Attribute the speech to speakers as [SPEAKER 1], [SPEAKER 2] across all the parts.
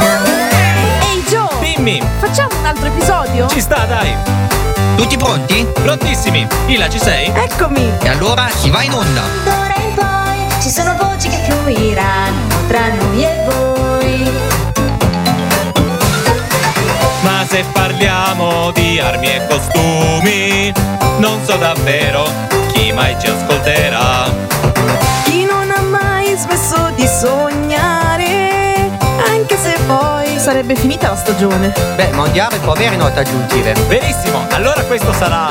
[SPEAKER 1] Ehi Joe!
[SPEAKER 2] Dimmi!
[SPEAKER 1] Facciamo un altro episodio?
[SPEAKER 2] Ci sta, dai!
[SPEAKER 3] Tutti pronti?
[SPEAKER 2] Prontissimi! Ila, ci sei?
[SPEAKER 1] Eccomi!
[SPEAKER 3] E allora si va in onda!
[SPEAKER 4] D'ora in poi ci sono voci che fluiranno tra noi e voi.
[SPEAKER 2] Ma se parliamo di armi e costumi, non so davvero chi mai ci ascolterà.
[SPEAKER 1] Chi non ha mai smesso di sognare, anche se poi sarebbe finita la stagione.
[SPEAKER 3] Beh, ma Mondiale può avere note aggiuntive.
[SPEAKER 2] Benissimo, allora questo sarà.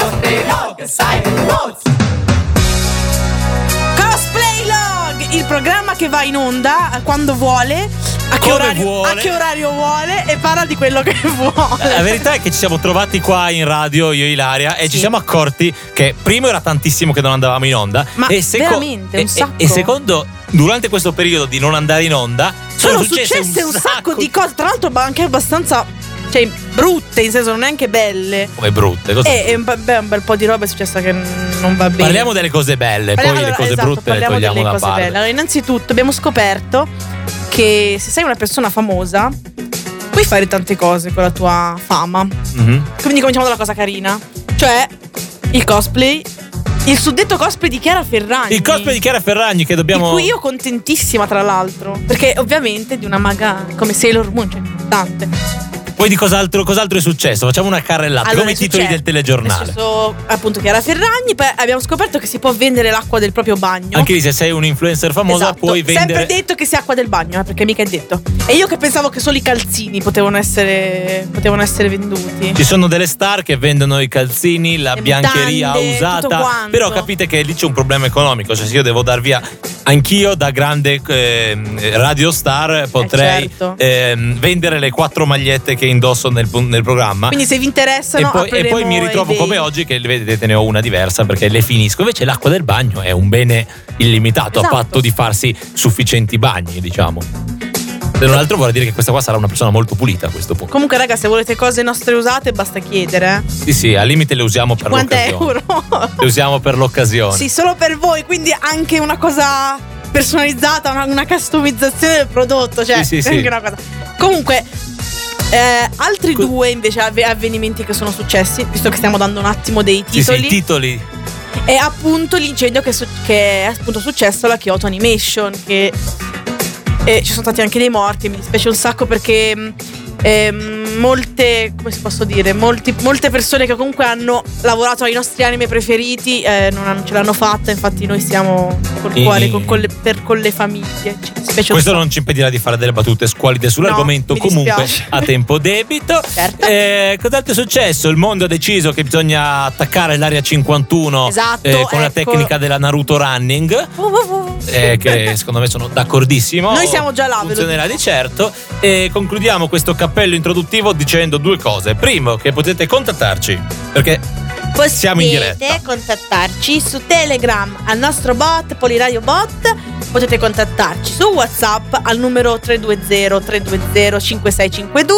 [SPEAKER 1] Cosplay Log, il programma che va in onda a quando vuole, a che,
[SPEAKER 2] Come
[SPEAKER 1] orario,
[SPEAKER 2] vuole.
[SPEAKER 1] a che orario vuole e parla di quello che vuole.
[SPEAKER 2] La verità è che ci siamo trovati qua in radio, io e Ilaria, e ci siamo accorti che primo era tantissimo che non andavamo in onda.
[SPEAKER 1] Ma
[SPEAKER 2] e seco-
[SPEAKER 1] veramente, un
[SPEAKER 2] e- e-
[SPEAKER 1] sacco.
[SPEAKER 2] E, secondo, durante questo periodo di non andare in onda, sono,
[SPEAKER 1] Sono successe un sacco di cose, tra l'altro ba- anche abbastanza cioè, brutte, in senso non neanche belle.
[SPEAKER 2] Come brutte. cosa-
[SPEAKER 1] E, e un, beh, un bel po' di roba è successa che n- non va bene.
[SPEAKER 2] Parliamo delle cose belle, poi
[SPEAKER 1] Allora,
[SPEAKER 2] le cose
[SPEAKER 1] esatto,
[SPEAKER 2] brutte le
[SPEAKER 1] parliamo
[SPEAKER 2] togliamo
[SPEAKER 1] delle
[SPEAKER 2] da
[SPEAKER 1] cose
[SPEAKER 2] parte.
[SPEAKER 1] belle. Allora, innanzitutto abbiamo scoperto che se sei una persona famosa puoi fare tante cose con la tua fama.
[SPEAKER 2] Mhm.
[SPEAKER 1] Quindi cominciamo dalla cosa carina, cioè il cosplay, il suddetto cosplay di Chiara Ferragni.
[SPEAKER 2] Il cosplay di Chiara Ferragni che
[SPEAKER 1] Di
[SPEAKER 2] dobbiamo...
[SPEAKER 1] cui io contentissima tra l'altro, perché ovviamente di una maga come Sailor Moon, cioè tante.
[SPEAKER 2] Poi di cos'altro, cos'altro è successo? Facciamo una carrellata, Ah, come
[SPEAKER 1] è
[SPEAKER 2] i titoli
[SPEAKER 1] successo-
[SPEAKER 2] del telegiornale.
[SPEAKER 1] è successo, appunto Chiara Ferragni, poi abbiamo scoperto che si può vendere l'acqua del proprio bagno.
[SPEAKER 2] Anche lì se sei un influencer famosa
[SPEAKER 1] Esatto,
[SPEAKER 2] puoi vendere...
[SPEAKER 1] Sempre detto che sia acqua del bagno, eh, perché mica è detto. E io che pensavo che solo i calzini potevano essere, potevano essere venduti.
[SPEAKER 2] Ci sono delle star che vendono i calzini, la
[SPEAKER 1] Le
[SPEAKER 2] biancheria
[SPEAKER 1] mutande, tutto
[SPEAKER 2] usata.
[SPEAKER 1] quanto.
[SPEAKER 2] Però capite che lì c'è un problema economico. Cioè, se io devo dar via anch'io da grande ehm, radio star, potrei
[SPEAKER 1] certo.
[SPEAKER 2] ehm, vendere le quattro magliette che indosso nel, pun- nel programma.
[SPEAKER 1] Quindi se vi interessano,
[SPEAKER 2] e poi, e poi
[SPEAKER 1] apriremo
[SPEAKER 2] mi ritrovo
[SPEAKER 1] eBay.
[SPEAKER 2] come oggi che vedete ne ho una diversa perché le finisco. Invece l'acqua del bagno è un bene illimitato
[SPEAKER 1] Esatto.
[SPEAKER 2] a patto di farsi sufficienti bagni, diciamo. Se non altro vorrei dire che questa qua sarà una persona molto pulita a questo punto.
[SPEAKER 1] Comunque, raga, se volete cose nostre usate, basta chiedere. eh.
[SPEAKER 2] Sì, sì, al limite le usiamo per
[SPEAKER 1] 50
[SPEAKER 2] l'occasione.
[SPEAKER 1] euro.
[SPEAKER 2] Le usiamo per l'occasione.
[SPEAKER 1] sì, solo per voi. Quindi anche una cosa personalizzata, una, una customizzazione del prodotto. Cioè,
[SPEAKER 2] Sì, sì, sì.
[SPEAKER 1] anche una cosa. Comunque. eh, altri
[SPEAKER 2] Que-
[SPEAKER 1] due invece avve- avvenimenti che sono successi, visto che stiamo dando un attimo dei
[SPEAKER 2] Sì,
[SPEAKER 1] titoli.
[SPEAKER 2] sì, i titoli.
[SPEAKER 1] è appunto l'incendio che, è su- che è appunto successo alla Kyoto Animation che e ci sono stati anche dei morti mi dispiace un sacco perché mh, ehm, molte come si posso dire molti- molte persone che comunque hanno lavorato ai nostri anime preferiti eh, non hanno- ce l'hanno fatta infatti noi siamo col
[SPEAKER 2] Sì.
[SPEAKER 1] cuore con, con le, per, con le famiglie ci dispiace
[SPEAKER 2] Questo
[SPEAKER 1] un sacco
[SPEAKER 2] non ci impedirà di fare delle battute squalide sull'argomento,
[SPEAKER 1] mi
[SPEAKER 2] comunque
[SPEAKER 1] dispiace.
[SPEAKER 2] a tempo debito.
[SPEAKER 1] Certo.
[SPEAKER 2] Eh, cos'altro è successo? Il mondo ha deciso che bisogna attaccare l'area 51
[SPEAKER 1] Esatto,
[SPEAKER 2] eh, con la
[SPEAKER 1] ecco.
[SPEAKER 2] tecnica della Naruto Running. eh, che secondo me sono d'accordissimo.
[SPEAKER 1] Noi siamo già là, ve lo
[SPEAKER 2] Funzionerà di certo. E concludiamo questo cappello introduttivo dicendo due cose. Primo, che potete contattarci perché
[SPEAKER 1] Possiamo
[SPEAKER 2] siamo in diretta.
[SPEAKER 1] contattarci su Telegram al nostro bot Poliradio Bot. Potete contattarci su WhatsApp al numero 320 320 5652.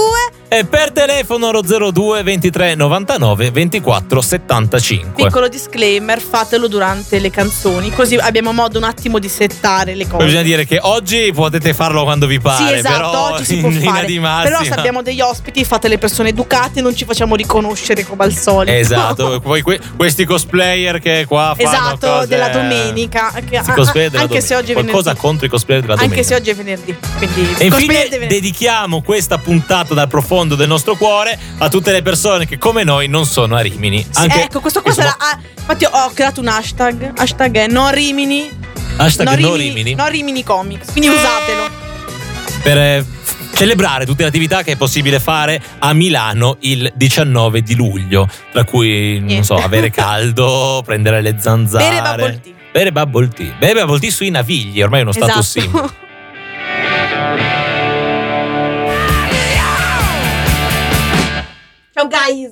[SPEAKER 2] E per telefono lo 02 23 99 24 75.
[SPEAKER 1] Piccolo disclaimer, fatelo durante le canzoni, così abbiamo modo un attimo di settare le
[SPEAKER 2] Poi
[SPEAKER 1] cose.
[SPEAKER 2] bisogna dire che oggi potete farlo quando vi pare,
[SPEAKER 1] sì, esatto,
[SPEAKER 2] però
[SPEAKER 1] oggi si
[SPEAKER 2] in
[SPEAKER 1] può
[SPEAKER 2] linea
[SPEAKER 1] fare.
[SPEAKER 2] di massima.
[SPEAKER 1] Però se abbiamo degli ospiti, fate le persone educate, non ci facciamo riconoscere come al solito.
[SPEAKER 2] Esatto, poi que- questi cosplayer che qua fanno
[SPEAKER 1] Esatto,
[SPEAKER 2] cose-
[SPEAKER 1] della domenica. Che-
[SPEAKER 2] Questi cosplayer della
[SPEAKER 1] anche se
[SPEAKER 2] domenica.
[SPEAKER 1] oggi è
[SPEAKER 2] Qualcosa
[SPEAKER 1] venerdì.
[SPEAKER 2] contro i cosplayer della domenica.
[SPEAKER 1] Anche se oggi è venerdì, quindi
[SPEAKER 2] E
[SPEAKER 1] cosplay
[SPEAKER 2] infine
[SPEAKER 1] del venerdì.
[SPEAKER 2] dedichiamo questa puntata dal profondo del nostro cuore a tutte le persone che come noi non sono a Rimini.
[SPEAKER 1] Sì,
[SPEAKER 2] Anche-
[SPEAKER 1] ecco, questo qua
[SPEAKER 2] insomma,
[SPEAKER 1] sarà. ah, infatti, ho creato un hashtag. Hashtag è no Rimini.
[SPEAKER 2] Hashtag
[SPEAKER 1] no
[SPEAKER 2] no
[SPEAKER 1] Rimini,
[SPEAKER 2] Rimini. Eh.
[SPEAKER 1] no Rimini Comics. Quindi usatelo.
[SPEAKER 2] per eh, celebrare tutte le attività che è possibile fare a Milano il 19 di luglio, tra cui non
[SPEAKER 1] Niente.
[SPEAKER 2] so, avere caldo, prendere le zanzare.
[SPEAKER 1] Bere bubble tea.
[SPEAKER 2] Bere bubble tea. Bere bubble tea sui navigli, ormai è uno status symbol.
[SPEAKER 1] Esatto. Ciao guys.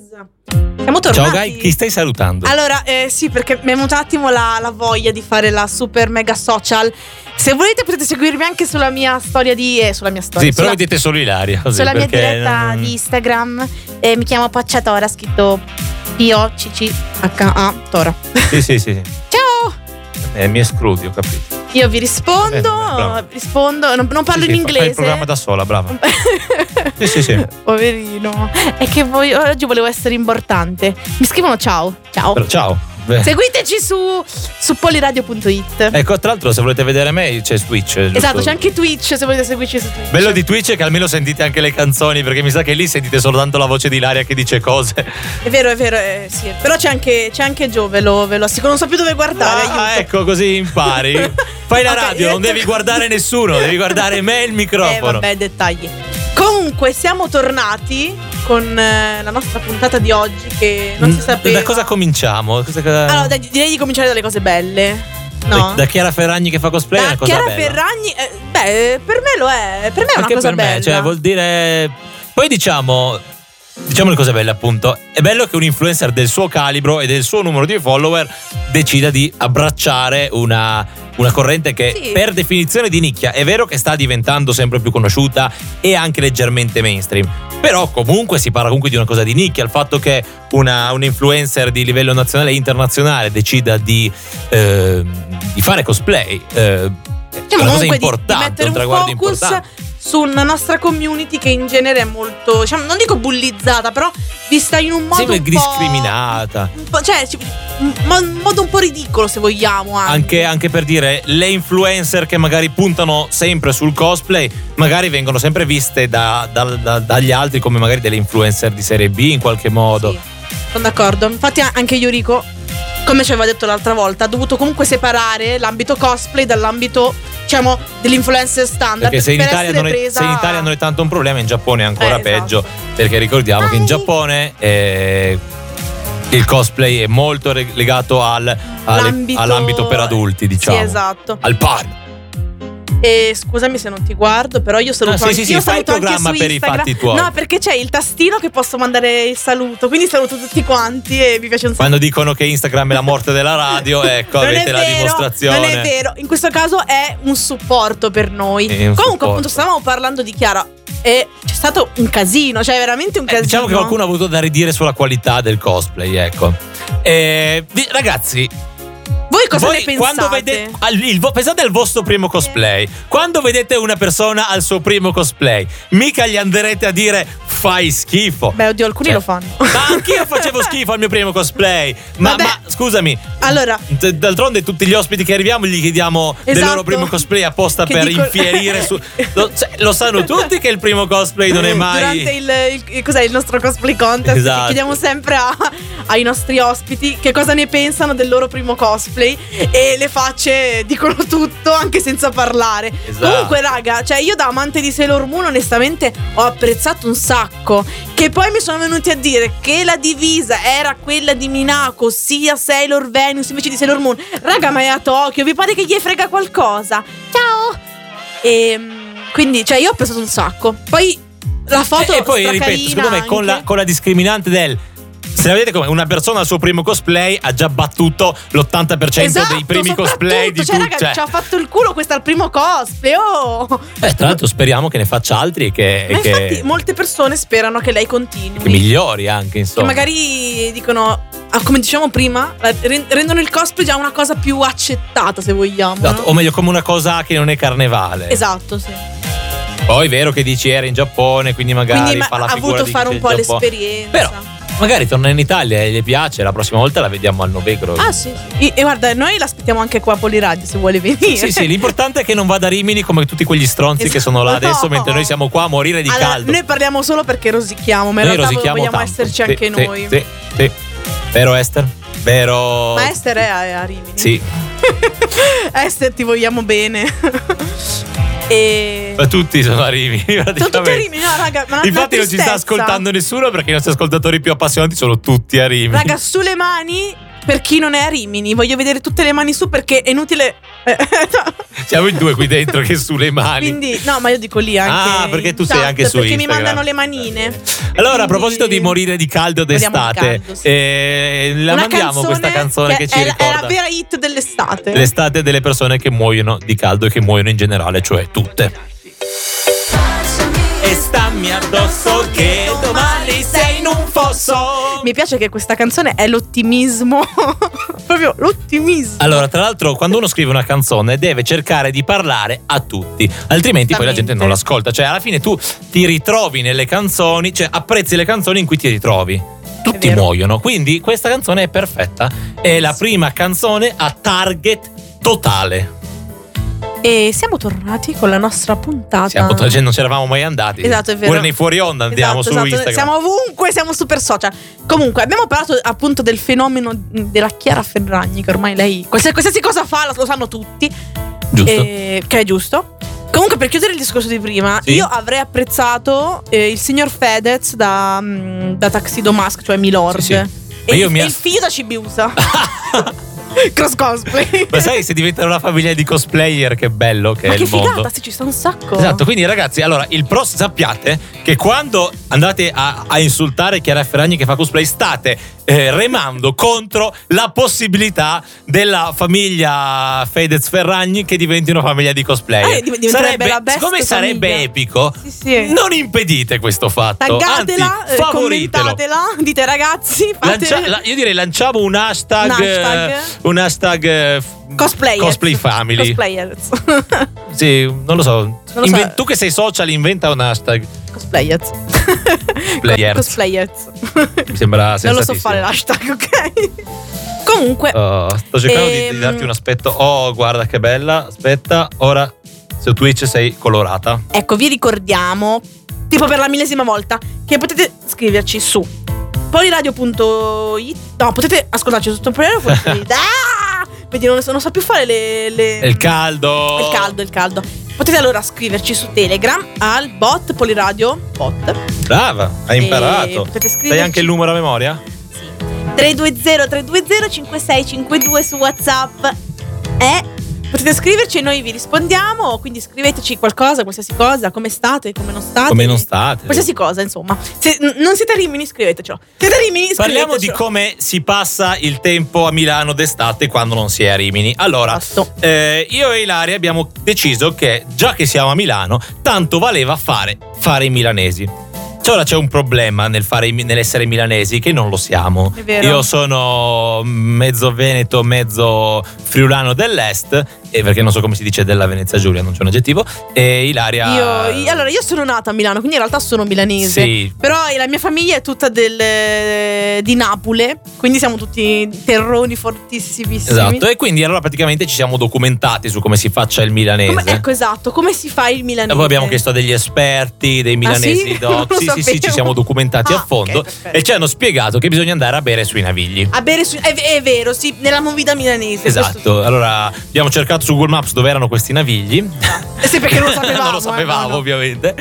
[SPEAKER 1] Siamo tornati.
[SPEAKER 2] Ciao Guy, chi stai salutando?
[SPEAKER 1] Allora, eh, sì, perché mi è venuta un attimo la, la voglia di fare la super mega social. Se volete potete seguirmi anche sulla mia storia di... eh, sulla mia storia.
[SPEAKER 2] sì, però
[SPEAKER 1] sulla-
[SPEAKER 2] vedete solo Ilaria. Così,
[SPEAKER 1] sulla mia
[SPEAKER 2] perché
[SPEAKER 1] diretta
[SPEAKER 2] non-
[SPEAKER 1] di Instagram. eh, mi chiamo Pacciatora, scritto P-O-C-C-H-A Tora.
[SPEAKER 2] Sì, sì, sì. sì.
[SPEAKER 1] Ciao!
[SPEAKER 2] Eh, mi escludi, ho capito.
[SPEAKER 1] Io vi rispondo,
[SPEAKER 2] Eh, bravo.
[SPEAKER 1] rispondo, non, non parlo
[SPEAKER 2] Sì,
[SPEAKER 1] in
[SPEAKER 2] sì, fa- Fai il
[SPEAKER 1] inglese.
[SPEAKER 2] programma da sola, brava. Sì, sì, sì.
[SPEAKER 1] Poverino. È che voi- oggi volevo essere importante. Mi scrivono ciao. Ciao.
[SPEAKER 2] Però ciao. Beh.
[SPEAKER 1] Seguiteci su, su poliradio.it.
[SPEAKER 2] Ecco, tra l'altro, se volete vedere me, c'è Twitch. giusto?
[SPEAKER 1] esatto, c'è anche Twitch se volete seguirci su Twitch.
[SPEAKER 2] Bello di Twitch è che almeno sentite anche le canzoni, perché mi sa che lì sentite soltanto la voce di Ilaria che dice cose.
[SPEAKER 1] È vero, è vero, eh, sì. Però c'è anche, c'è anche Gio, ve lo, ve lo assicuro. Non so più dove guardare.
[SPEAKER 2] Ah,
[SPEAKER 1] aiuto.
[SPEAKER 2] ecco, così impari. Fai la
[SPEAKER 1] Ok,
[SPEAKER 2] radio, non
[SPEAKER 1] direttamente-
[SPEAKER 2] devi guardare nessuno, devi guardare me e il
[SPEAKER 1] Eh,
[SPEAKER 2] microfono.
[SPEAKER 1] vabbè, dettagli. Comunque, siamo tornati con eh, la nostra puntata di oggi che non si sapeva.
[SPEAKER 2] Mm, Da cosa cominciamo? Cosa- cosa-
[SPEAKER 1] Allora, dai, direi di cominciare dalle cose belle.
[SPEAKER 2] da-
[SPEAKER 1] No.
[SPEAKER 2] da Chiara Ferragni che fa cosplay è
[SPEAKER 1] Da
[SPEAKER 2] una cosa
[SPEAKER 1] Chiara
[SPEAKER 2] bella.
[SPEAKER 1] Ferragni, eh, beh, per me lo è. Per me è una
[SPEAKER 2] Anche
[SPEAKER 1] cosa
[SPEAKER 2] per
[SPEAKER 1] bella.
[SPEAKER 2] me, cioè vuol dire poi diciamo diciamo le cose belle appunto. È bello che un influencer del suo calibro e del suo numero di follower decida di abbracciare una una corrente che
[SPEAKER 1] Sì.
[SPEAKER 2] per definizione di nicchia è vero che sta diventando sempre più conosciuta e anche leggermente mainstream. Però comunque si parla comunque di una cosa di nicchia, il fatto che una, un influencer di livello nazionale e internazionale decida di, ehm, di fare cosplay. eh, è
[SPEAKER 1] Diciamo
[SPEAKER 2] una cosa
[SPEAKER 1] comunque di- di
[SPEAKER 2] importante,
[SPEAKER 1] mettere
[SPEAKER 2] un traguardo
[SPEAKER 1] un focus
[SPEAKER 2] importante.
[SPEAKER 1] su una nostra community che in genere è molto, diciamo, non dico bullizzata, però vista in un modo
[SPEAKER 2] Sempre
[SPEAKER 1] un po'-
[SPEAKER 2] discriminata.
[SPEAKER 1] un po'- cioè, ci- un mo- un modo un po' ridicolo se vogliamo anche.
[SPEAKER 2] Anche, anche per dire, le influencer che magari puntano sempre sul cosplay, magari vengono sempre viste da- da- da- dagli altri come magari delle influencer di serie B in qualche modo.
[SPEAKER 1] Sì, sono d'accordo. Infatti a- anche Yuriko, come ci aveva detto l'altra volta, ha dovuto comunque separare l'ambito cosplay dall'ambito, diciamo, dell'influencer standard
[SPEAKER 2] Perché se in,
[SPEAKER 1] per
[SPEAKER 2] Italia
[SPEAKER 1] essere
[SPEAKER 2] non è,
[SPEAKER 1] presa
[SPEAKER 2] se in Italia non è tanto un problema, in Giappone è ancora
[SPEAKER 1] Eh, esatto.
[SPEAKER 2] peggio. Perché ricordiamo che in Giappone eh, il cosplay è molto re- legato al- alle-
[SPEAKER 1] L'ambito-
[SPEAKER 2] all'ambito per adulti, diciamo.
[SPEAKER 1] Sì, esatto.
[SPEAKER 2] Al pari.
[SPEAKER 1] E scusami se non ti guardo, però io saluto
[SPEAKER 2] Ah, sì,
[SPEAKER 1] anche,
[SPEAKER 2] sì, sì,
[SPEAKER 1] io
[SPEAKER 2] fai il
[SPEAKER 1] saluto anche
[SPEAKER 2] programma
[SPEAKER 1] su
[SPEAKER 2] per i
[SPEAKER 1] Instagram.
[SPEAKER 2] fatti tuoi.
[SPEAKER 1] No, perché c'è il tastino che posso mandare il saluto, quindi saluto tutti quanti e mi piace un sacco.
[SPEAKER 2] Quando dicono che Instagram è la morte della radio, ecco,
[SPEAKER 1] Non è
[SPEAKER 2] avete la
[SPEAKER 1] vero,
[SPEAKER 2] dimostrazione.
[SPEAKER 1] Non è vero, in questo caso è un supporto per noi.
[SPEAKER 2] È un
[SPEAKER 1] Comunque,
[SPEAKER 2] supporto.
[SPEAKER 1] appunto, stavamo parlando di Chiara e c'è stato un casino, cioè veramente un
[SPEAKER 2] Eh,
[SPEAKER 1] casino.
[SPEAKER 2] diciamo che qualcuno ha avuto da ridire sulla qualità del cosplay, ecco. Eh, vi- ragazzi,
[SPEAKER 1] Voi cosa
[SPEAKER 2] voi
[SPEAKER 1] ne pensate?
[SPEAKER 2] quando vedete al- il vo- pensate al vostro primo cosplay. Quando vedete una persona al suo primo cosplay, mica gli anderete a dire fai schifo.
[SPEAKER 1] Beh, oddio, alcuni
[SPEAKER 2] Cioè,
[SPEAKER 1] lo fanno.
[SPEAKER 2] Ma anch'io facevo schifo al mio primo cosplay. Ma,
[SPEAKER 1] Vabbè.
[SPEAKER 2] ma, scusami.
[SPEAKER 1] Allora,
[SPEAKER 2] d- D'altronde tutti gli ospiti che arriviamo gli chiediamo del
[SPEAKER 1] Esatto.
[SPEAKER 2] loro primo cosplay apposta
[SPEAKER 1] Che
[SPEAKER 2] per
[SPEAKER 1] dico-
[SPEAKER 2] infierire su... Lo, cioè, lo sanno tutti che il primo cosplay non è
[SPEAKER 1] Mm,
[SPEAKER 2] mai...
[SPEAKER 1] Durante il, il- cos'è, il nostro cosplay contest,
[SPEAKER 2] Esatto.
[SPEAKER 1] chiediamo sempre a- ai nostri ospiti che cosa ne pensano del loro primo cosplay e le facce dicono tutto anche senza parlare.
[SPEAKER 2] Esatto.
[SPEAKER 1] Comunque, raga, cioè io da amante di Sailor Moon onestamente ho apprezzato un sacco. Che poi mi sono venuti a dire che la divisa era quella di Minako, sia Sailor Venus invece di Sailor Moon. Raga, ma è a Tokyo, vi pare che gli frega qualcosa? Ciao! E mm, quindi, cioè, io ho pensato un sacco. Poi la foto
[SPEAKER 2] E- e poi ripeto,
[SPEAKER 1] stracarina
[SPEAKER 2] secondo me con la,
[SPEAKER 1] anche.
[SPEAKER 2] con la discriminante del se la vedete come una persona al suo primo cosplay ha già battuto l'80%
[SPEAKER 1] Esatto,
[SPEAKER 2] dei primi
[SPEAKER 1] soprattutto,
[SPEAKER 2] cosplay di
[SPEAKER 1] cioè,
[SPEAKER 2] tutti.
[SPEAKER 1] raga,
[SPEAKER 2] cioè.
[SPEAKER 1] ci ha fatto il culo questo al primo cosplay. Oh!
[SPEAKER 2] Eh, tra l'altro speriamo che ne faccia altri e che, e
[SPEAKER 1] Ma
[SPEAKER 2] che-
[SPEAKER 1] infatti, molte persone sperano che lei continui.
[SPEAKER 2] che migliori anche,
[SPEAKER 1] che
[SPEAKER 2] insomma.
[SPEAKER 1] magari dicono, ah, come dicevamo prima, la- ren- rendono il cosplay già una cosa più accettata, se vogliamo.
[SPEAKER 2] Esatto,
[SPEAKER 1] no?
[SPEAKER 2] O meglio, come una cosa che non è carnevale.
[SPEAKER 1] Esatto, sì.
[SPEAKER 2] Poi è vero che dici era in Giappone, quindi magari
[SPEAKER 1] Quindi ma-
[SPEAKER 2] fa la
[SPEAKER 1] ha
[SPEAKER 2] figura
[SPEAKER 1] voluto
[SPEAKER 2] di
[SPEAKER 1] fare un
[SPEAKER 2] del
[SPEAKER 1] po'
[SPEAKER 2] Giappone.
[SPEAKER 1] l'esperienza.
[SPEAKER 2] Però- Magari torna in Italia e le piace, la prossima volta la vediamo al Novegro.
[SPEAKER 1] Ah, sì. sì. E, e guarda, noi l'aspettiamo anche qua a Poliradio se vuole venire.
[SPEAKER 2] Sì, sì, l'importante è che non vada a Rimini come tutti quegli stronzi che
[SPEAKER 1] Esatto.
[SPEAKER 2] sono là adesso,
[SPEAKER 1] No.
[SPEAKER 2] mentre noi siamo qua a morire di
[SPEAKER 1] Allora,
[SPEAKER 2] caldo.
[SPEAKER 1] Noi parliamo solo perché rosichiamo, ma in
[SPEAKER 2] Noi
[SPEAKER 1] realtà
[SPEAKER 2] rosichiamo
[SPEAKER 1] vogliamo
[SPEAKER 2] tanto.
[SPEAKER 1] esserci
[SPEAKER 2] Sì,
[SPEAKER 1] anche
[SPEAKER 2] sì,
[SPEAKER 1] noi.
[SPEAKER 2] Sì, sì. Vero Esther? Vero...
[SPEAKER 1] Ma Esther è a, a Rimini.
[SPEAKER 2] Sì,
[SPEAKER 1] Esther, ti vogliamo bene. e...
[SPEAKER 2] ma tutti sono a Rimini.
[SPEAKER 1] Sono tutti a
[SPEAKER 2] praticamente.
[SPEAKER 1] Rimini, no, raga. Ma una-
[SPEAKER 2] Infatti
[SPEAKER 1] una
[SPEAKER 2] non ci sta
[SPEAKER 1] tristezza.
[SPEAKER 2] ascoltando nessuno perché i nostri ascoltatori più appassionati sono tutti a Rimini.
[SPEAKER 1] Raga, sulle mani, per chi non è a Rimini, voglio vedere tutte le mani su perché è inutile. eh, no.
[SPEAKER 2] Siamo in due qui dentro che sulle mani.
[SPEAKER 1] Quindi, no, ma io dico lì anche.
[SPEAKER 2] Ah, perché tu
[SPEAKER 1] in
[SPEAKER 2] sei
[SPEAKER 1] chat,
[SPEAKER 2] anche su
[SPEAKER 1] Perché mi
[SPEAKER 2] Instagram.
[SPEAKER 1] mandano le manine.
[SPEAKER 2] Allora,
[SPEAKER 1] Quindi-
[SPEAKER 2] a proposito di morire di caldo
[SPEAKER 1] Moriamo di
[SPEAKER 2] d'estate,
[SPEAKER 1] caldo, sì.
[SPEAKER 2] eh, la
[SPEAKER 1] Una
[SPEAKER 2] mandiamo questa canzone che, ci
[SPEAKER 1] è, la- è
[SPEAKER 2] ricorda
[SPEAKER 1] la vera hit dell'estate.
[SPEAKER 2] l'estate delle persone che muoiono di caldo e che muoiono in generale, cioè tutte. E stammi addosso che domani sei in un fosso.
[SPEAKER 1] Mi piace che questa canzone è l'ottimismo. Proprio l'ottimismo.
[SPEAKER 2] Allora, tra l'altro, quando uno scrive una canzone deve cercare di parlare a tutti, altrimenti poi la gente non l'ascolta. Cioè, alla fine tu ti ritrovi nelle canzoni, cioè apprezzi le canzoni in cui ti ritrovi. Tutti
[SPEAKER 1] vero.
[SPEAKER 2] muoiono, quindi questa canzone è perfetta. È la prima canzone a target totale.
[SPEAKER 1] E siamo tornati con la nostra puntata.
[SPEAKER 2] Siamo, cioè, non ci eravamo mai andati.
[SPEAKER 1] Ah. Esatto, è vero.
[SPEAKER 2] Pure nei fuori onda andiamo
[SPEAKER 1] Esatto,
[SPEAKER 2] su
[SPEAKER 1] esatto.
[SPEAKER 2] Instagram.
[SPEAKER 1] Siamo ovunque, siamo super social. Comunque, abbiamo parlato appunto del fenomeno della Chiara Ferragni, che ormai lei qualsiasi, qualsiasi cosa fa la- lo sanno tutti,
[SPEAKER 2] Giusto.
[SPEAKER 1] eh, che è giusto. Comunque, per chiudere il discorso di prima,
[SPEAKER 2] Sì.
[SPEAKER 1] io avrei apprezzato eh, il signor Fedez da, mm, da Taxido Mask, cioè Milord.
[SPEAKER 2] Sì, sì. Ma
[SPEAKER 1] E,
[SPEAKER 2] io
[SPEAKER 1] il,
[SPEAKER 2] mi
[SPEAKER 1] e
[SPEAKER 2] as-
[SPEAKER 1] il figlio da Cibiusa. Cross cosplay.
[SPEAKER 2] Ma sai, se diventano una famiglia di cosplayer, che bello che
[SPEAKER 1] Ma
[SPEAKER 2] è
[SPEAKER 1] che
[SPEAKER 2] il
[SPEAKER 1] figata,
[SPEAKER 2] mondo.
[SPEAKER 1] sì, ci sta un sacco.
[SPEAKER 2] Esatto, quindi ragazzi, allora il pro sappiate che quando andate a, a insultare Chiara Ferragni che fa cosplay, state eh, remando contro la possibilità della famiglia Fedez Ferragni che diventi una famiglia di
[SPEAKER 1] Ah,
[SPEAKER 2] cosplayer.
[SPEAKER 1] div- diventerebbe la best
[SPEAKER 2] siccome sarebbe
[SPEAKER 1] famiglia.
[SPEAKER 2] epico,
[SPEAKER 1] Sì, sì.
[SPEAKER 2] non impedite questo fatto.
[SPEAKER 1] Taggatela,
[SPEAKER 2] anzi,
[SPEAKER 1] eh,
[SPEAKER 2] favoritelo.
[SPEAKER 1] commentatela, dite ragazzi, fate
[SPEAKER 2] Lancia- la- io direi lanciamo un hashtag,
[SPEAKER 1] Un hashtag?
[SPEAKER 2] eh, un hashtag eh, f-
[SPEAKER 1] cosplayers.
[SPEAKER 2] cosplay family.
[SPEAKER 1] Cosplayers.
[SPEAKER 2] Sì, non lo so.
[SPEAKER 1] lo
[SPEAKER 2] Inven-
[SPEAKER 1] so.
[SPEAKER 2] Tu che sei social, inventa un hashtag.
[SPEAKER 1] cosplayers.
[SPEAKER 2] Players. Ah,
[SPEAKER 1] Cosplayers.
[SPEAKER 2] Mi sembra
[SPEAKER 1] Non lo so
[SPEAKER 2] sensatissimo.
[SPEAKER 1] fare l'hashtag, ok? Comunque,
[SPEAKER 2] Oh, sto cercando di- di,
[SPEAKER 1] Ehm.
[SPEAKER 2] darti un aspetto. Oh, guarda che bella. Aspetta, ora su Twitch sei colorata.
[SPEAKER 1] ecco, vi ricordiamo, tipo per la millesima volta, che potete scriverci su poliradio.it. No, potete ascoltarci su poliradio.it. ah! Vedi, non, non so più fare le... le-
[SPEAKER 2] È il caldo.
[SPEAKER 1] Il caldo, il caldo. Potete allora scriverci su Telegram al bot Poliradio bot
[SPEAKER 2] Brava, hai
[SPEAKER 1] E
[SPEAKER 2] imparato.
[SPEAKER 1] potete
[SPEAKER 2] Sai
[SPEAKER 1] scriverci-
[SPEAKER 2] anche il numero a memoria?
[SPEAKER 1] Ah, 320 320 5652 su WhatsApp. Eh? Potete scriverci e noi vi rispondiamo, quindi scriveteci qualcosa, qualsiasi cosa, come state, come non state.
[SPEAKER 2] Come non state.
[SPEAKER 1] Qualsiasi cosa, insomma. Se n- non siete a Rimini, scrivetecelo. Siete a Rimini,
[SPEAKER 2] Parliamo di
[SPEAKER 1] scrivetecelo.
[SPEAKER 2] come si passa il tempo a Milano d'estate quando non si è a Rimini. Allora,
[SPEAKER 1] Esatto.
[SPEAKER 2] eh, io e Ilaria abbiamo deciso che già che siamo a Milano, tanto valeva fare, fare i milanesi. Cioè, ora c'è un problema nel fare i mi- nell'essere milanesi che non lo siamo.
[SPEAKER 1] È vero.
[SPEAKER 2] Io sono mezzo veneto, mezzo friulano dell'est, e perché non so come si dice della Venezia Giulia, non c'è un aggettivo. E Ilaria.
[SPEAKER 1] Io, io- allora, io sono nata a Milano, quindi in realtà sono milanese.
[SPEAKER 2] Sì,
[SPEAKER 1] Però la mia famiglia è tutta del- di Napoli, quindi siamo tutti terroni fortissimi.
[SPEAKER 2] esatto. E quindi allora praticamente ci siamo documentati su come si faccia il milanese.
[SPEAKER 1] Come- ecco esatto, come si fa il milanese?
[SPEAKER 2] E poi abbiamo chiesto a degli esperti, dei milanesi
[SPEAKER 1] Ah, sì? Non
[SPEAKER 2] doc.
[SPEAKER 1] lo
[SPEAKER 2] Sì, sì, sì,
[SPEAKER 1] sapevo.
[SPEAKER 2] ci siamo documentati
[SPEAKER 1] Ah,
[SPEAKER 2] a fondo
[SPEAKER 1] ok, perfetto.
[SPEAKER 2] e ci hanno spiegato che bisogna andare a bere sui navigli.
[SPEAKER 1] A bere su- è, è vero, sì, nella movida milanese. questo
[SPEAKER 2] Esatto, allora abbiamo cercato su Google Maps dove erano questi navigli.
[SPEAKER 1] sì. Eh sì, perché non lo sapevamo.
[SPEAKER 2] non lo
[SPEAKER 1] eh,
[SPEAKER 2] sapevamo,
[SPEAKER 1] no, no.
[SPEAKER 2] ovviamente.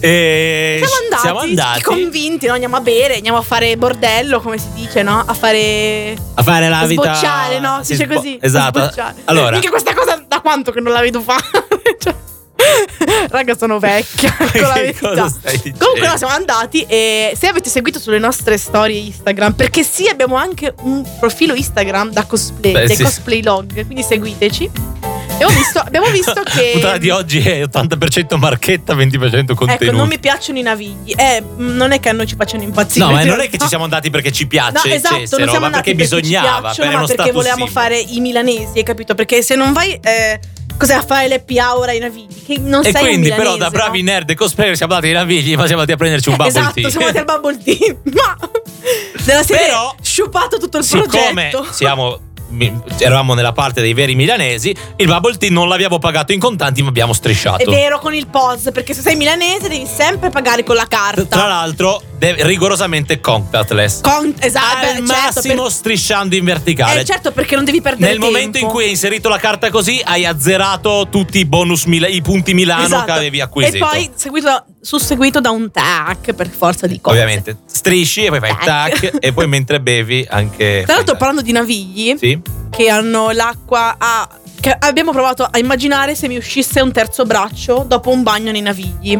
[SPEAKER 2] E
[SPEAKER 1] Siamo andati,
[SPEAKER 2] siamo andati
[SPEAKER 1] convinti, no? andiamo a bere, andiamo a fare bordello, come si dice, no? A fare...
[SPEAKER 2] a fare la
[SPEAKER 1] a
[SPEAKER 2] vita.
[SPEAKER 1] Sbocciare, no? Si
[SPEAKER 2] Sì,
[SPEAKER 1] dice
[SPEAKER 2] sbo-
[SPEAKER 1] così. a
[SPEAKER 2] Esatto.
[SPEAKER 1] sbocciare.
[SPEAKER 2] Allora,
[SPEAKER 1] Minchia, questa cosa da quanto che non la vedo fare? Cioè, Raga, sono vecchia. ecco la
[SPEAKER 2] che
[SPEAKER 1] verità.
[SPEAKER 2] cosa stai dicendo?
[SPEAKER 1] Comunque no, siamo andati e se avete seguito sulle nostre storie Instagram, perché sì, abbiamo anche un profilo Instagram da cosplay,
[SPEAKER 2] Beh,
[SPEAKER 1] dei
[SPEAKER 2] sì.
[SPEAKER 1] cosplay log, quindi seguiteci. Abbiamo visto, abbiamo visto che...
[SPEAKER 2] Puntata di oggi è 80% marchetta, 20% contenuto.
[SPEAKER 1] Ecco, non mi piacciono i navigli. Eh, mh, non è che a noi ci facciano impazzire.
[SPEAKER 2] No, ma
[SPEAKER 1] in
[SPEAKER 2] non è
[SPEAKER 1] realtà.
[SPEAKER 2] che ci siamo andati perché ci piace,
[SPEAKER 1] No, esatto,
[SPEAKER 2] eccetera,
[SPEAKER 1] non siamo
[SPEAKER 2] ma
[SPEAKER 1] andati
[SPEAKER 2] perché
[SPEAKER 1] perché ci
[SPEAKER 2] bisognava,
[SPEAKER 1] piacciono,
[SPEAKER 2] era
[SPEAKER 1] ma
[SPEAKER 2] uno
[SPEAKER 1] perché
[SPEAKER 2] status
[SPEAKER 1] volevamo
[SPEAKER 2] symbol.
[SPEAKER 1] fare i milanesi, hai capito? Perché se non vai, eh, cos'è a fare l'happy hour ai navigli? Che non
[SPEAKER 2] E
[SPEAKER 1] sei un
[SPEAKER 2] quindi,
[SPEAKER 1] milanese,
[SPEAKER 2] però, da bravi
[SPEAKER 1] no?
[SPEAKER 2] nerd e cosplayer siamo andati ai navigli, ma siamo andati a prenderci un
[SPEAKER 1] Eh,
[SPEAKER 2] bubble
[SPEAKER 1] esatto,
[SPEAKER 2] tea.
[SPEAKER 1] siamo andati al bubble tea. Ma nella serie
[SPEAKER 2] Però,
[SPEAKER 1] sciupato tutto il
[SPEAKER 2] Siccome
[SPEAKER 1] progetto.
[SPEAKER 2] siamo. mi- Eravamo nella parte dei veri milanesi. Il bubble tea non l'abbiamo pagato in contanti, ma abbiamo
[SPEAKER 1] È
[SPEAKER 2] strisciato.
[SPEAKER 1] vero con il POS, perché se sei milanese devi sempre pagare con la carta.
[SPEAKER 2] Tra l'altro, de- rigorosamente contactless.
[SPEAKER 1] Con- esatto,
[SPEAKER 2] Al
[SPEAKER 1] eh, certo,
[SPEAKER 2] massimo
[SPEAKER 1] per-
[SPEAKER 2] strisciando in
[SPEAKER 1] eh,
[SPEAKER 2] verticale.
[SPEAKER 1] certo, perché non devi perdere
[SPEAKER 2] Nel momento in
[SPEAKER 1] tempo.
[SPEAKER 2] cui hai inserito la carta così, hai azzerato tutti i bonus Mila- i punti Milano
[SPEAKER 1] Esatto.
[SPEAKER 2] che avevi acquisito.
[SPEAKER 1] E poi seguito da- susseguito da un tac per forza di cose.
[SPEAKER 2] Ovviamente strisci e poi fai
[SPEAKER 1] Tac.
[SPEAKER 2] tac e poi mentre bevi anche
[SPEAKER 1] Tra l'altro,
[SPEAKER 2] fai
[SPEAKER 1] parlando di navigli
[SPEAKER 2] tac. Sì.
[SPEAKER 1] che hanno l'acqua a. Che abbiamo provato a immaginare se mi uscisse un terzo braccio dopo un bagno nei navigli.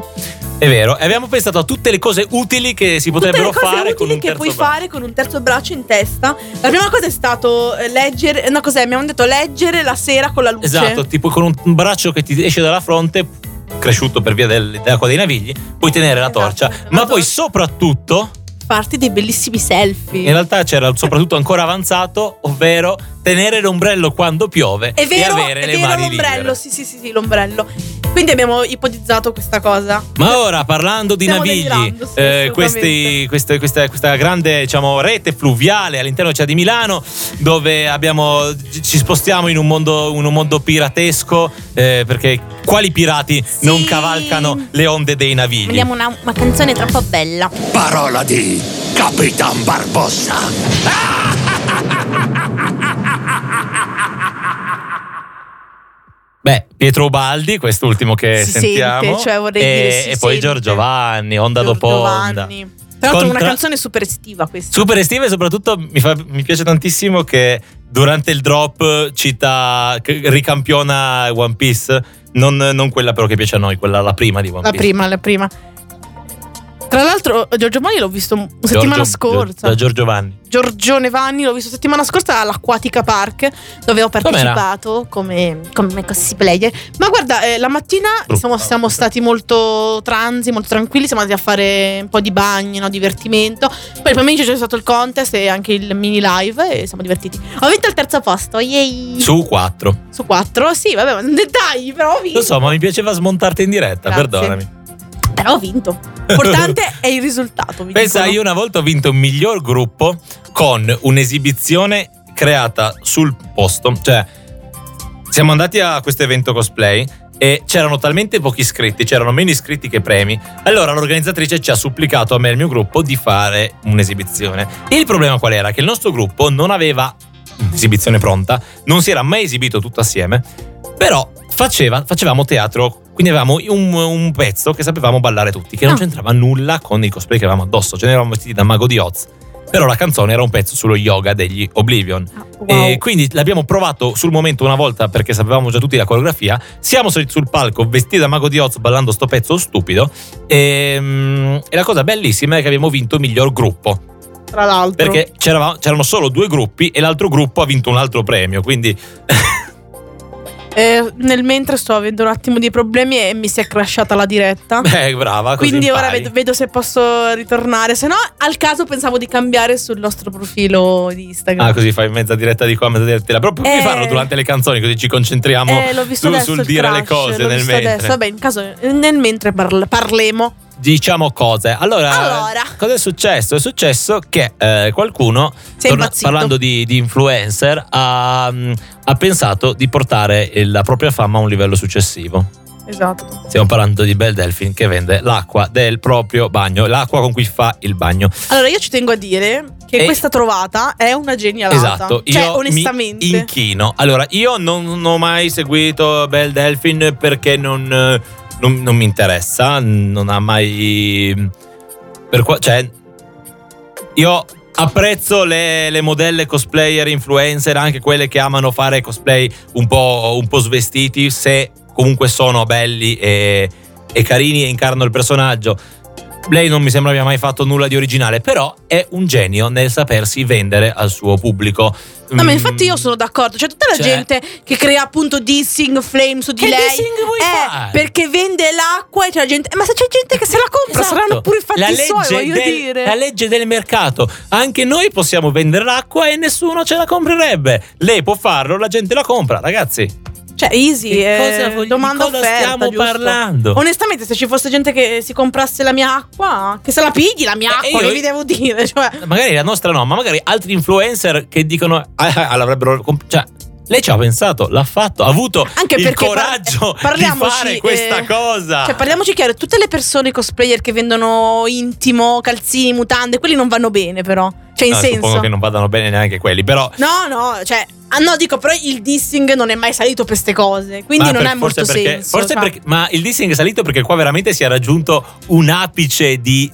[SPEAKER 2] È vero, e abbiamo pensato a tutte le cose utili che si potrebbero
[SPEAKER 1] Tutte le cose
[SPEAKER 2] fare con
[SPEAKER 1] utili
[SPEAKER 2] un
[SPEAKER 1] che
[SPEAKER 2] terzo
[SPEAKER 1] puoi
[SPEAKER 2] braccio.
[SPEAKER 1] fare con un terzo braccio in testa. La prima cosa è stato eh, leggere. No, cos'è? Mi hanno detto leggere la sera con la luce.
[SPEAKER 2] Esatto, tipo con un braccio che ti esce dalla fronte, cresciuto per via del- dell'acqua dei navigli, puoi tenere la
[SPEAKER 1] Esatto,
[SPEAKER 2] torcia,
[SPEAKER 1] la
[SPEAKER 2] ma poi
[SPEAKER 1] torcia.
[SPEAKER 2] soprattutto
[SPEAKER 5] farti dei bellissimi selfie.
[SPEAKER 2] In realtà c'era il soprattutto ancora avanzato, ovvero tenere l'ombrello quando piove
[SPEAKER 1] È vero,
[SPEAKER 2] e avere
[SPEAKER 1] è
[SPEAKER 2] le
[SPEAKER 1] vero
[SPEAKER 2] mani
[SPEAKER 1] l'ombrello,
[SPEAKER 2] libere.
[SPEAKER 1] sì, sì, sì, sì, l'ombrello. Quindi abbiamo ipotizzato questa cosa.
[SPEAKER 2] Ma ora parlando di
[SPEAKER 1] Stiamo
[SPEAKER 2] navigli,
[SPEAKER 1] delirando, sì,
[SPEAKER 2] eh,
[SPEAKER 1] assolutamente.
[SPEAKER 2] questi- queste- questa, questa grande diciamo, rete fluviale all'interno della città di Milano, dove abbiamo- ci spostiamo in un mondo, in un mondo piratesco, eh, perché quali pirati
[SPEAKER 5] Sì.
[SPEAKER 2] non cavalcano le onde dei navigli?
[SPEAKER 5] Vogliamo una, una canzone troppo bella.
[SPEAKER 6] Parola di Capitan Barbossa.
[SPEAKER 2] Beh, Pietro Ubaldi, quest'ultimo che
[SPEAKER 1] Si
[SPEAKER 2] Eh, sentiamo,
[SPEAKER 1] sente, cioè vorrei
[SPEAKER 2] e,
[SPEAKER 1] dire si
[SPEAKER 2] e poi
[SPEAKER 1] sente.
[SPEAKER 2] Giorgio Vanni, onda dopo onda.
[SPEAKER 1] Giovanni. Tra l'altro
[SPEAKER 2] Contra-
[SPEAKER 1] una canzone super estiva questa.
[SPEAKER 2] Super estiva e soprattutto mi, fa- mi piace tantissimo che durante il drop cita, che ricampiona One Piece, non, non quella però che piace a noi, quella la prima di One
[SPEAKER 1] La
[SPEAKER 2] Piece.
[SPEAKER 1] prima, la prima. Tra l'altro Giorgio Vanni l'ho visto una settimana
[SPEAKER 2] Giorgio-
[SPEAKER 1] scorsa.
[SPEAKER 2] Da Giorgio Vanni.
[SPEAKER 1] Giorgione Vanni l'ho visto settimana scorsa all'Acquatica Park dove ho
[SPEAKER 2] Com'era?
[SPEAKER 1] partecipato come, come cosplayer. Ma guarda, eh, la mattina
[SPEAKER 2] Brutta.
[SPEAKER 1] siamo, siamo stati molto transi, molto tranquilli, siamo andati a fare un po' di bagni, no? divertimento. Poi il pomeriggio c'è stato il contest e anche il mini live e siamo divertiti. Ho vinto il terzo posto, yay!
[SPEAKER 2] Su quattro.
[SPEAKER 1] Su quattro? Sì, vabbè, ma dettagli, però ho vinto.
[SPEAKER 2] Lo so, ma mi piaceva smontarti in diretta,
[SPEAKER 1] Grazie.
[SPEAKER 2] perdonami.
[SPEAKER 1] Però ho vinto. L'importante è il risultato. mi
[SPEAKER 2] Pensa,
[SPEAKER 1] dicono.
[SPEAKER 2] io una volta ho vinto un miglior gruppo con un'esibizione creata sul posto. Cioè, siamo andati a questo evento cosplay e c'erano talmente pochi iscritti, c'erano meno iscritti che premi. Allora l'organizzatrice ci ha supplicato a me e al mio gruppo di fare un'esibizione. Il problema qual era? Che il nostro gruppo non aveva esibizione pronta, non si era mai esibito tutto assieme, però faceva- facevamo teatro, quindi avevamo un, un pezzo che sapevamo ballare tutti, che non
[SPEAKER 5] Ah.
[SPEAKER 2] c'entrava nulla con i cosplay che avevamo addosso, ce ne eravamo vestiti da mago di Oz, però la canzone era un pezzo sullo yoga degli Oblivion.
[SPEAKER 1] Ah, wow.
[SPEAKER 2] E quindi l'abbiamo provato sul momento una volta perché sapevamo già tutti la coreografia. Siamo saliti sul palco vestiti da Mago di Oz ballando sto pezzo stupido. E, mm, e la cosa bellissima è che abbiamo vinto miglior gruppo
[SPEAKER 1] Tra l'altro.
[SPEAKER 2] perché c'erava- c'erano solo due gruppi e l'altro gruppo ha vinto un altro premio. Quindi
[SPEAKER 1] Eh, nel mentre sto avendo un attimo di problemi e mi si è crashata la diretta.
[SPEAKER 2] beh, eh, brava. così
[SPEAKER 1] Quindi ora
[SPEAKER 2] impari.
[SPEAKER 1] vedo, vedo se posso ritornare. Se no, al caso pensavo di cambiare sul nostro profilo di Instagram.
[SPEAKER 2] Ah, così fai mezza diretta di qua, mezza diretta di là. Proprio puoi
[SPEAKER 1] Eh.
[SPEAKER 2] farlo durante le canzoni, così ci concentriamo
[SPEAKER 1] Eh, l'ho visto
[SPEAKER 2] su-
[SPEAKER 1] adesso
[SPEAKER 2] sul
[SPEAKER 1] il
[SPEAKER 2] dire
[SPEAKER 1] crash,
[SPEAKER 2] le cose
[SPEAKER 1] l'ho
[SPEAKER 2] nel
[SPEAKER 1] visto
[SPEAKER 2] mentre.
[SPEAKER 1] adesso. Vabbè, in caso, nel mentre parl- parlemo.
[SPEAKER 2] diciamo cose. Allora,
[SPEAKER 1] Allora.
[SPEAKER 2] cosa è successo? È successo che eh, qualcuno,
[SPEAKER 1] Si è impazzito.
[SPEAKER 2] parlando di, di influencer, ha, mm, ha pensato di portare eh, la propria fama a un livello successivo.
[SPEAKER 1] Esatto.
[SPEAKER 2] Stiamo parlando di Bel Delfin che vende l'acqua del proprio bagno, l'acqua con cui fa il bagno.
[SPEAKER 1] Allora, io ci tengo a dire che
[SPEAKER 2] Eh.
[SPEAKER 1] questa trovata è una genialata.
[SPEAKER 2] Esatto,
[SPEAKER 1] Cioè,
[SPEAKER 2] io
[SPEAKER 1] onestamente.
[SPEAKER 2] mi inchino. Allora, io non, non ho mai seguito Bel Delfin perché non, eh, non- non mi interessa, non ha mai... Per qua, cioè, io apprezzo le, le modelle cosplayer, influencer, anche quelle che amano fare cosplay un po', un po' svestiti, se comunque sono belli e, e carini e incarnano il personaggio. Lei non mi sembra abbia mai fatto nulla di originale, però è un genio nel sapersi vendere al suo pubblico.
[SPEAKER 1] No, ma
[SPEAKER 2] Mm,
[SPEAKER 1] infatti io sono d'accordo. Cioè, tutta la
[SPEAKER 2] Cioè-
[SPEAKER 1] gente che crea appunto dissing flame su di
[SPEAKER 2] Che
[SPEAKER 1] lei.
[SPEAKER 2] dissing vuoi
[SPEAKER 1] eh,
[SPEAKER 2] fare?
[SPEAKER 1] perché vende l'acqua e c'è la gente. eh, Ma se c'è gente che se la compra,
[SPEAKER 2] Esatto.
[SPEAKER 1] saranno pure i fatti
[SPEAKER 2] la legge
[SPEAKER 1] suoi, voglio
[SPEAKER 2] del,
[SPEAKER 1] dire.
[SPEAKER 2] La legge del mercato. Anche noi possiamo vendere l'acqua e nessuno ce la comprerebbe. Lei può farlo, la gente la compra, ragazzi.
[SPEAKER 1] Cioè, easy.
[SPEAKER 2] Di
[SPEAKER 1] eh,
[SPEAKER 2] cosa voglio- di
[SPEAKER 1] domanda
[SPEAKER 2] cosa
[SPEAKER 1] offerta,
[SPEAKER 2] stiamo
[SPEAKER 1] giusto?
[SPEAKER 2] parlando?
[SPEAKER 1] Onestamente, se ci fosse gente che si comprasse la mia acqua, che se la pigli la mia
[SPEAKER 2] Eh,
[SPEAKER 1] acqua,
[SPEAKER 2] io-
[SPEAKER 1] che vi devo dire? Cioè,
[SPEAKER 2] Magari la nostra no, ma magari altri influencer che dicono "Ah, ah, ah, l'avrebbero comp- cioè lei ci ha pensato, l'ha fatto, ha avuto
[SPEAKER 1] Anche
[SPEAKER 2] il
[SPEAKER 1] perché par-
[SPEAKER 2] coraggio
[SPEAKER 1] eh, parliamoci,
[SPEAKER 2] di fare questa
[SPEAKER 1] eh,
[SPEAKER 2] cosa.
[SPEAKER 1] Cioè, parliamoci chiaro: tutte le persone cosplayer che vendono intimo, calzini, mutande, quelli non vanno bene, però. Cioè, in
[SPEAKER 2] No,
[SPEAKER 1] senso.
[SPEAKER 2] Suppongo che non vadano bene neanche quelli, però
[SPEAKER 1] No, no, cioè. Ah no, dico, però il dissing non è mai salito per queste cose. Quindi
[SPEAKER 2] Ma
[SPEAKER 1] non
[SPEAKER 2] per-
[SPEAKER 1] ha molto
[SPEAKER 2] forse perché-
[SPEAKER 1] senso.
[SPEAKER 2] forse
[SPEAKER 1] cioè.
[SPEAKER 2] perché- ma il dissing è salito perché qua veramente si è raggiunto un apice di,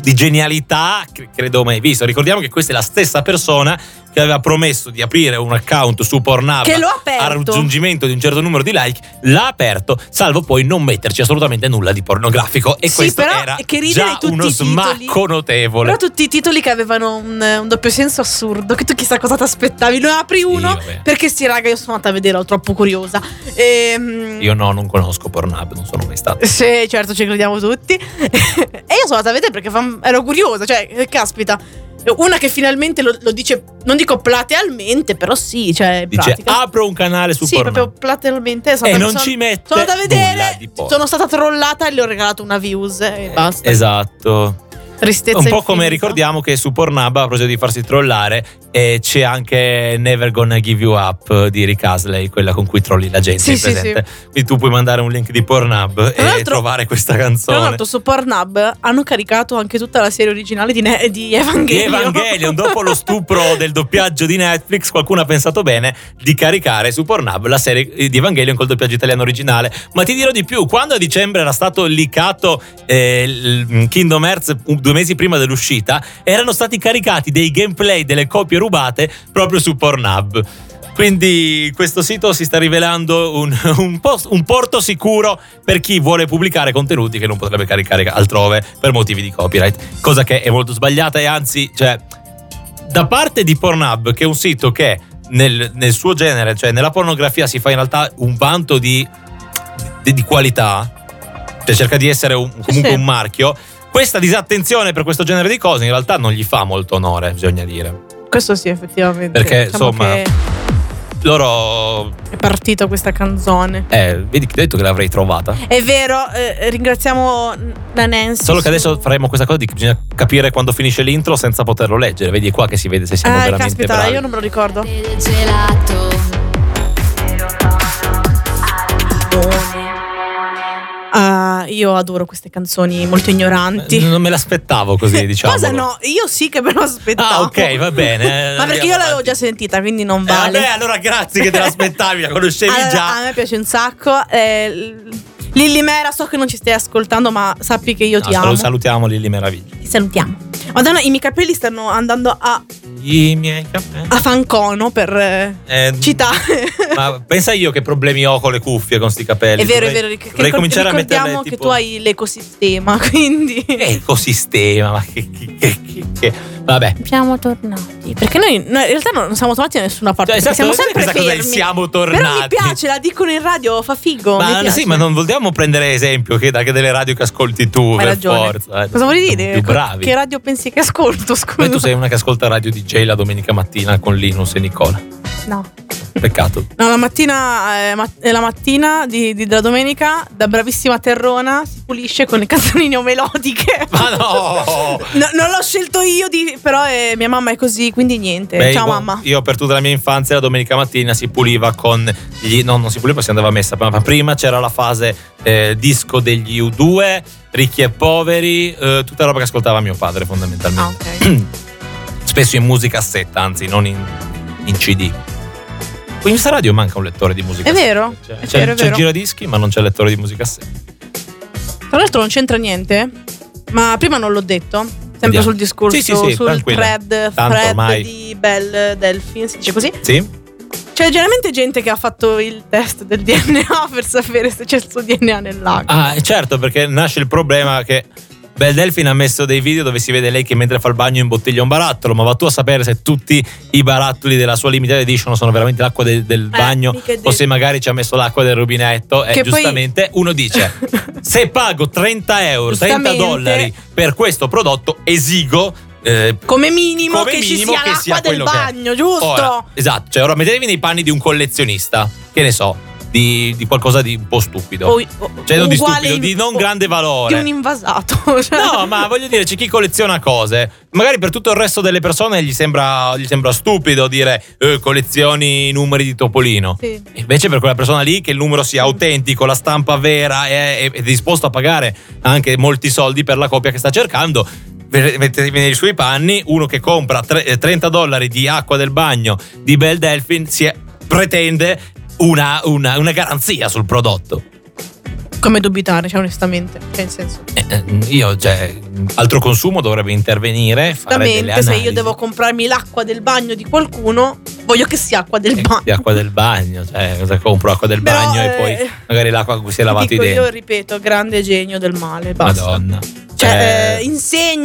[SPEAKER 2] di genialità che credo mai visto. Ricordiamo che questa è la stessa persona che che aveva promesso di aprire un account su Pornhub
[SPEAKER 1] Che l'ho
[SPEAKER 2] al
[SPEAKER 1] aperto.
[SPEAKER 2] raggiungimento di un certo numero di like, l'ha aperto, salvo poi non metterci assolutamente nulla di pornografico. E
[SPEAKER 1] Sì,
[SPEAKER 2] questo
[SPEAKER 1] però
[SPEAKER 2] era
[SPEAKER 1] è che ridere
[SPEAKER 2] già
[SPEAKER 1] tutti
[SPEAKER 2] uno
[SPEAKER 1] i titoli.
[SPEAKER 2] smacco notevole.
[SPEAKER 1] Però tutti i titoli che avevano un, un doppio senso assurdo, che tu chissà cosa ti aspettavi. Ne apri uno
[SPEAKER 2] vabbè.
[SPEAKER 1] perché sì, raga, io sono andata a vederlo, ero troppo curiosa. Ehm,
[SPEAKER 2] Io no, non conosco Pornhub, non sono mai stato.
[SPEAKER 1] Sì, certo, ci crediamo tutti. e io sono andata a vedere perché fam- ero curiosa, cioè, eh, caspita. Una che finalmente lo, lo dice, non dico platealmente, però sì, cioè, in
[SPEAKER 2] Dice
[SPEAKER 1] pratica.
[SPEAKER 2] apro un canale su
[SPEAKER 1] sì,
[SPEAKER 2] Pornhub.
[SPEAKER 1] proprio platealmente. sono
[SPEAKER 2] E
[SPEAKER 1] andata-
[SPEAKER 2] non
[SPEAKER 1] sono-
[SPEAKER 2] ci mette
[SPEAKER 1] Sono andata a
[SPEAKER 2] Cioè, nulla
[SPEAKER 1] vedere,
[SPEAKER 2] di porno.
[SPEAKER 1] sono stata trollata e le ho regalato una views e basta.
[SPEAKER 2] Esatto.
[SPEAKER 1] Tristezza
[SPEAKER 2] un po'
[SPEAKER 1] infinita.
[SPEAKER 2] come ricordiamo che su Pornhub a proposito di farsi trollare eh, c'è anche Never Gonna Give You Up eh, di Rick Asley quella con cui trolli la gente
[SPEAKER 1] Sì,
[SPEAKER 2] è
[SPEAKER 1] sì,
[SPEAKER 2] presente quindi tu puoi mandare un link di Pornhub
[SPEAKER 1] Tra
[SPEAKER 2] e
[SPEAKER 1] l'altro-
[SPEAKER 2] eh, trovare questa
[SPEAKER 1] Tra
[SPEAKER 2] canzone
[SPEAKER 1] l'altro su Pornhub hanno caricato anche tutta la serie originale di, Ne- di
[SPEAKER 2] Di
[SPEAKER 1] Evangelion.
[SPEAKER 2] Evangelion dopo lo stupro del doppiaggio di Netflix qualcuno ha pensato bene di caricare su Pornhub la serie eh, di Evangelion col doppiaggio italiano originale ma ti dirò di più quando a dicembre era stato licato eh, il Kingdom Hearts un- due mesi prima dell'uscita erano stati caricati dei gameplay delle copie rubate proprio su Pornhub quindi questo sito si sta rivelando un, un post- un porto sicuro per chi vuole pubblicare contenuti che non potrebbe caricare altrove per motivi di copyright, cosa che è molto sbagliata e anzi, cioè, da parte di Pornhub, che è un sito che nel, nel suo genere, cioè nella pornografia, si fa in realtà un vanto di, di- di qualità, cioè cerca di essere un- comunque
[SPEAKER 1] Sì.
[SPEAKER 2] un marchio, questa disattenzione per questo genere di cose in realtà non gli fa molto onore, bisogna dire.
[SPEAKER 1] Questo sì, effettivamente. Diciamo
[SPEAKER 2] Perché, insomma,
[SPEAKER 1] che
[SPEAKER 2] Loro
[SPEAKER 1] è partita questa canzone.
[SPEAKER 2] Eh, vedi che ti ho detto che l'avrei trovata.
[SPEAKER 1] È vero, eh, ringraziamo la Nancy.
[SPEAKER 2] Solo che
[SPEAKER 1] su-
[SPEAKER 2] adesso faremo questa cosa di che bisogna capire quando finisce l'intro senza poterlo leggere. Vedi è qua che si vede se siamo
[SPEAKER 1] Ah,
[SPEAKER 2] veramente
[SPEAKER 1] caspita,
[SPEAKER 2] bravi.
[SPEAKER 1] io non me lo ricordo.
[SPEAKER 7] del gelato
[SPEAKER 1] Ah, io adoro queste canzoni molto ignoranti.
[SPEAKER 2] Eh, non me l'aspettavo così, diciamo.
[SPEAKER 1] Cosa no? Io sì che me lo aspettavo.
[SPEAKER 2] Ah, ok, va bene.
[SPEAKER 1] Ma perché io l'avevo già
[SPEAKER 2] sentita
[SPEAKER 1] sentita, quindi non
[SPEAKER 2] Eh,
[SPEAKER 1] vale.
[SPEAKER 2] vabbè, allora grazie che te l'aspettavi, la conoscevi
[SPEAKER 1] Allora,
[SPEAKER 2] già.
[SPEAKER 1] A me piace un sacco. Eh, l- Lilli Mera, so che non ci stai ascoltando, ma sappi che io
[SPEAKER 2] No,
[SPEAKER 1] ti
[SPEAKER 2] salu-
[SPEAKER 1] amo.
[SPEAKER 2] salutiamo Lili Meraviglia.
[SPEAKER 1] Ti salutiamo. Madonna, i miei capelli stanno andando a,
[SPEAKER 2] I miei capelli.
[SPEAKER 1] a fancono per eh,
[SPEAKER 2] Eh,
[SPEAKER 1] citare.
[SPEAKER 2] Ma pensa io che problemi ho con le cuffie, con sti capelli.
[SPEAKER 1] È vero, è
[SPEAKER 2] Dovrei-
[SPEAKER 1] vero. Che,
[SPEAKER 2] dovrei
[SPEAKER 1] che
[SPEAKER 2] cominciare a
[SPEAKER 1] ricordiamo
[SPEAKER 2] metterle
[SPEAKER 1] che
[SPEAKER 2] tipo- Eh.
[SPEAKER 1] tu hai l'ecosistema, quindi.
[SPEAKER 2] Che ecosistema, ma che- che- che- che- che... Vabbè,
[SPEAKER 5] Siamo tornati.
[SPEAKER 1] Perché noi, noi in realtà non siamo tornati da nessuna parte.
[SPEAKER 2] Cioè,
[SPEAKER 1] perché siamo
[SPEAKER 2] esatto, non
[SPEAKER 1] sempre
[SPEAKER 2] è questa cosa del
[SPEAKER 1] fermi.
[SPEAKER 2] siamo tornati.
[SPEAKER 1] Però mi piace, la dicono in radio, fa figo. mi
[SPEAKER 2] Ma
[SPEAKER 1] piace.
[SPEAKER 2] sì, ma non vogliamo prendere esempio che da che delle radio che ascolti tu,
[SPEAKER 1] Hai
[SPEAKER 2] per
[SPEAKER 1] ragione.
[SPEAKER 2] forza. eh.
[SPEAKER 1] Cosa vuoi dire?
[SPEAKER 2] Più
[SPEAKER 1] Co-
[SPEAKER 2] bravi.
[SPEAKER 1] Che radio pensi che ascolto? Scusa.
[SPEAKER 2] Ma tu sei una che ascolta radio DJ la domenica mattina con Linus e Nicola.
[SPEAKER 1] No.
[SPEAKER 2] Peccato.
[SPEAKER 1] No, la mattina, eh, mat- eh, la mattina di, di- della domenica, da bravissima Terrona, si pulisce con le canzoni neomelodiche.
[SPEAKER 2] Ma no!
[SPEAKER 1] No, non l'ho scelto io, di- però eh, mia mamma è così, quindi niente.
[SPEAKER 2] Beh,
[SPEAKER 1] Eh, Ciao
[SPEAKER 2] io-
[SPEAKER 1] mamma.
[SPEAKER 2] Io per tutta la mia infanzia la domenica mattina si puliva con gli, no, non si puliva, si andava messa. Ma prima c'era la fase eh, disco degli U2, ricchi e poveri, eh, tutta roba che ascoltava mio padre
[SPEAKER 1] Ah,
[SPEAKER 2] fondamentalmente.
[SPEAKER 1] ok.
[SPEAKER 2] Spesso in musicassetta, anzi, non in, in CD. In questa radio manca un lettore di musica.
[SPEAKER 1] È vero,
[SPEAKER 2] C'è,
[SPEAKER 1] è
[SPEAKER 2] c'è-
[SPEAKER 1] vero, è
[SPEAKER 2] c'è il
[SPEAKER 1] vero.
[SPEAKER 2] giradischi, ma non c'è il lettore di musica
[SPEAKER 1] Tra l'altro non c'entra niente, ma prima non l'ho detto. Sempre
[SPEAKER 2] Vediamo.
[SPEAKER 1] sul discorso,
[SPEAKER 2] Sì, sì, sì,
[SPEAKER 1] sul
[SPEAKER 2] tranquilla.
[SPEAKER 1] thread,
[SPEAKER 2] Tanto
[SPEAKER 1] thread
[SPEAKER 2] ormai.
[SPEAKER 1] di Bell Delphi, si dice così.
[SPEAKER 2] Sì?
[SPEAKER 1] C'è generalmente gente che ha fatto il test del DNA per sapere se c'è il suo DNA nell'acqua.
[SPEAKER 2] Ah, e certo, perché nasce il problema che Bel Delfin ha messo dei video dove si vede lei che mentre fa il bagno imbottiglia un barattolo, ma va tu a sapere se tutti i barattoli della sua limited edition sono veramente l'acqua de- del bagno
[SPEAKER 1] Eh, mica de-
[SPEAKER 2] o se magari ci ha messo l'acqua del rubinetto. E
[SPEAKER 1] Che poi-
[SPEAKER 2] giustamente Ah, uno dice: se pago 30 euro, 30
[SPEAKER 1] Giustamente.
[SPEAKER 2] dollari per questo prodotto, esigo. eh,
[SPEAKER 1] Come minimo
[SPEAKER 2] come
[SPEAKER 1] che
[SPEAKER 2] minimo
[SPEAKER 1] ci sia
[SPEAKER 2] che
[SPEAKER 1] l'acqua
[SPEAKER 2] sia
[SPEAKER 1] del
[SPEAKER 2] quello che è.
[SPEAKER 1] bagno, giusto?
[SPEAKER 2] Ora, esatto, cioè ora mettetevi nei panni di un collezionista, che ne so, di, di qualcosa di un po' stupido.
[SPEAKER 1] O- o-
[SPEAKER 2] cioè non di
[SPEAKER 1] uguale
[SPEAKER 2] stupido,
[SPEAKER 1] in-
[SPEAKER 2] di non
[SPEAKER 1] o-
[SPEAKER 2] grande valore.
[SPEAKER 1] Di un invasato. cioè.
[SPEAKER 2] No, ma voglio dire, c'è chi colleziona cose. Magari per tutto il resto delle persone gli sembra, gli sembra stupido dire eh, collezioni i numeri di Topolino.
[SPEAKER 1] Sì.
[SPEAKER 2] Invece per quella persona lì che il numero sia autentico, la stampa vera e è, è disposto a pagare anche molti soldi per la copia che sta cercando, ve- mettetevi nei suoi panni, uno che compra tre- eh, 30 dollari di acqua del bagno di Bel Delphin si è- pretende una, una- una garanzia sul prodotto.
[SPEAKER 1] Come dubitare, cioè, onestamente. Cioè, nel senso.
[SPEAKER 2] Eh, eh, io, cioè, altro consumo dovrebbe intervenire. Fare delle
[SPEAKER 1] Esattamente, se io
[SPEAKER 2] analisi.
[SPEAKER 1] devo comprarmi l'acqua del bagno di qualcuno, voglio che sia acqua del
[SPEAKER 2] Eh,
[SPEAKER 1] bagno.
[SPEAKER 2] di acqua del bagno, cioè cosa compro? Acqua del
[SPEAKER 1] Però,
[SPEAKER 2] bagno e
[SPEAKER 1] eh,
[SPEAKER 2] poi magari l'acqua con cui si è
[SPEAKER 1] Ti
[SPEAKER 2] lavato i
[SPEAKER 1] dico,
[SPEAKER 2] denti.
[SPEAKER 1] Io ripeto, grande genio del male. Basta.
[SPEAKER 2] Madonna.
[SPEAKER 1] Cioè,
[SPEAKER 2] Eh,
[SPEAKER 1] eh,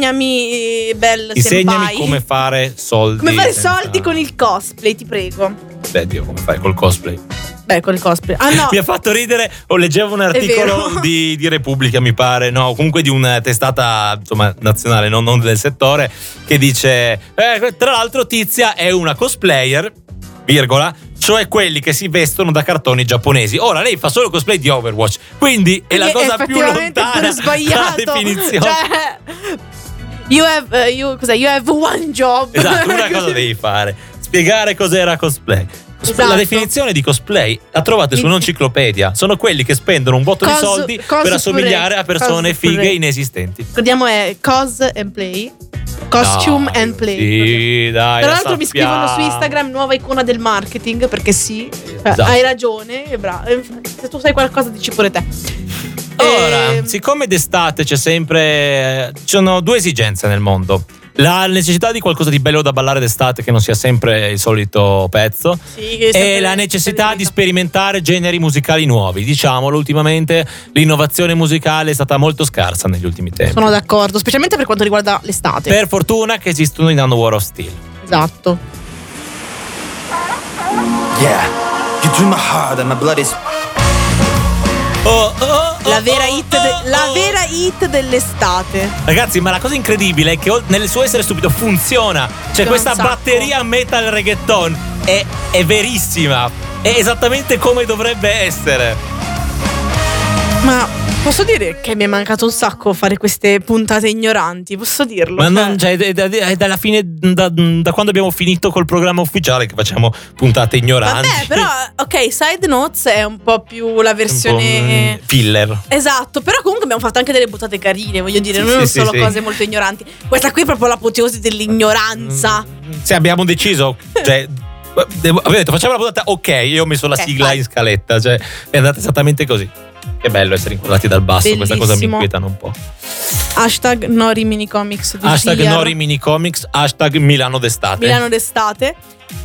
[SPEAKER 1] insegnami, bel
[SPEAKER 2] insegnami
[SPEAKER 1] senpai.
[SPEAKER 2] come fare soldi.
[SPEAKER 1] Come fare
[SPEAKER 2] senza-
[SPEAKER 1] soldi con il cosplay, ti prego.
[SPEAKER 2] Beh, Dio, come fai col cosplay?
[SPEAKER 1] Beh, con il cosplay. Ah no,
[SPEAKER 2] Mi ha fatto ridere, o leggevo un articolo
[SPEAKER 1] vero.
[SPEAKER 2] di, di Repubblica, mi pare, no, comunque di una testata insomma, nazionale, non, non del settore, che dice, "Eh, tra l'altro Tizia è una cosplayer, virgola, cioè quelli che si vestono da cartoni giapponesi. Ora lei fa solo cosplay di Overwatch, quindi è la
[SPEAKER 1] Quindi
[SPEAKER 2] cosa più
[SPEAKER 1] effettivamente
[SPEAKER 2] lontana
[SPEAKER 1] pure
[SPEAKER 2] dalla
[SPEAKER 1] sbagliato.
[SPEAKER 2] definizione.
[SPEAKER 1] Cioè, you have, eh, you- cos'è? You have one job.
[SPEAKER 2] Esatto, una cosa devi fare, spiegare cos'era cosplay. Cos-
[SPEAKER 1] Esatto.
[SPEAKER 2] La definizione di cosplay la trovate su
[SPEAKER 1] Il-
[SPEAKER 2] un'enciclopedia. Sono quelli che spendono un botto di
[SPEAKER 1] Cos-
[SPEAKER 2] soldi per
[SPEAKER 1] cosplay.
[SPEAKER 2] assomigliare a persone
[SPEAKER 1] Cosplay.
[SPEAKER 2] fighe inesistenti.
[SPEAKER 1] Ricordiamo è cos and play. Costume
[SPEAKER 2] Dai,
[SPEAKER 1] and play.
[SPEAKER 2] Sì, dai.
[SPEAKER 1] Tra
[SPEAKER 2] la
[SPEAKER 1] l'altro mi scrivono su
[SPEAKER 2] sappiamo.
[SPEAKER 1] Instagram nuova icona del marketing perché sì, eh,
[SPEAKER 2] Esatto.
[SPEAKER 1] hai ragione, è bravo. Eh, Se tu sai qualcosa dici pure te.
[SPEAKER 2] Ora,
[SPEAKER 1] Ehm,
[SPEAKER 2] siccome d'estate c'è sempre. eh, Ci sono due esigenze nel mondo. La necessità di qualcosa di bello da ballare d'estate che non sia sempre il solito pezzo.
[SPEAKER 1] sì, che sempre-
[SPEAKER 2] E la necessità di sperimentare generi musicali nuovi. Diciamolo, ultimamente l'innovazione musicale è stata molto scarsa negli ultimi tempi.
[SPEAKER 1] Sono d'accordo, specialmente per quanto riguarda l'estate.
[SPEAKER 2] Per fortuna che esistono i Nano War of Steel.
[SPEAKER 1] Esatto.
[SPEAKER 7] Yeah, you drew my heart and my blood is.
[SPEAKER 2] Oh, oh, oh,
[SPEAKER 1] La vera
[SPEAKER 2] oh,
[SPEAKER 1] hit, de-
[SPEAKER 2] oh,
[SPEAKER 1] la
[SPEAKER 2] oh.
[SPEAKER 1] vera hit dell'estate.
[SPEAKER 2] Ragazzi, ma la cosa incredibile è che ol- nel suo essere stupido funziona. C'è
[SPEAKER 1] Funziona
[SPEAKER 2] questa
[SPEAKER 1] un sacco.
[SPEAKER 2] batteria metal reggaeton. È, è verissima. È esattamente come dovrebbe essere.
[SPEAKER 1] Ma posso dire che mi è mancato un sacco fare queste puntate ignoranti, posso dirlo?
[SPEAKER 2] Ma
[SPEAKER 1] Cioè,
[SPEAKER 2] non, cioè, è, da- è dalla fine, da, da quando abbiamo finito col programma ufficiale, che facciamo puntate ignoranti.
[SPEAKER 1] Vabbè, però, ok, Side Notes è un po' più la
[SPEAKER 2] Un po',
[SPEAKER 1] versione.
[SPEAKER 2] mm, filler.
[SPEAKER 1] Esatto, però comunque abbiamo fatto anche delle buttate carine, voglio dire,
[SPEAKER 2] Sì,
[SPEAKER 1] non
[SPEAKER 2] sì,
[SPEAKER 1] solo
[SPEAKER 2] sì, sì.
[SPEAKER 1] cose molto ignoranti. Questa qui è proprio l'apoteosi
[SPEAKER 2] Mm.
[SPEAKER 1] dell'ignoranza.
[SPEAKER 2] Se abbiamo deciso, cioè. devo- avevo detto facciamo la puntata ok io ho messo la
[SPEAKER 1] Ok,
[SPEAKER 2] sigla
[SPEAKER 1] vai.
[SPEAKER 2] in scaletta cioè è andata esattamente così che bello essere inquadrati dal basso questa cosa mi
[SPEAKER 1] Bellissimo.
[SPEAKER 2] inquietano un po'
[SPEAKER 1] Hashtag Nori Mini Comics di
[SPEAKER 2] hashtag
[SPEAKER 1] Dear,
[SPEAKER 2] Nori Mini Comics hashtag Milano d'estate
[SPEAKER 1] Milano d'estate.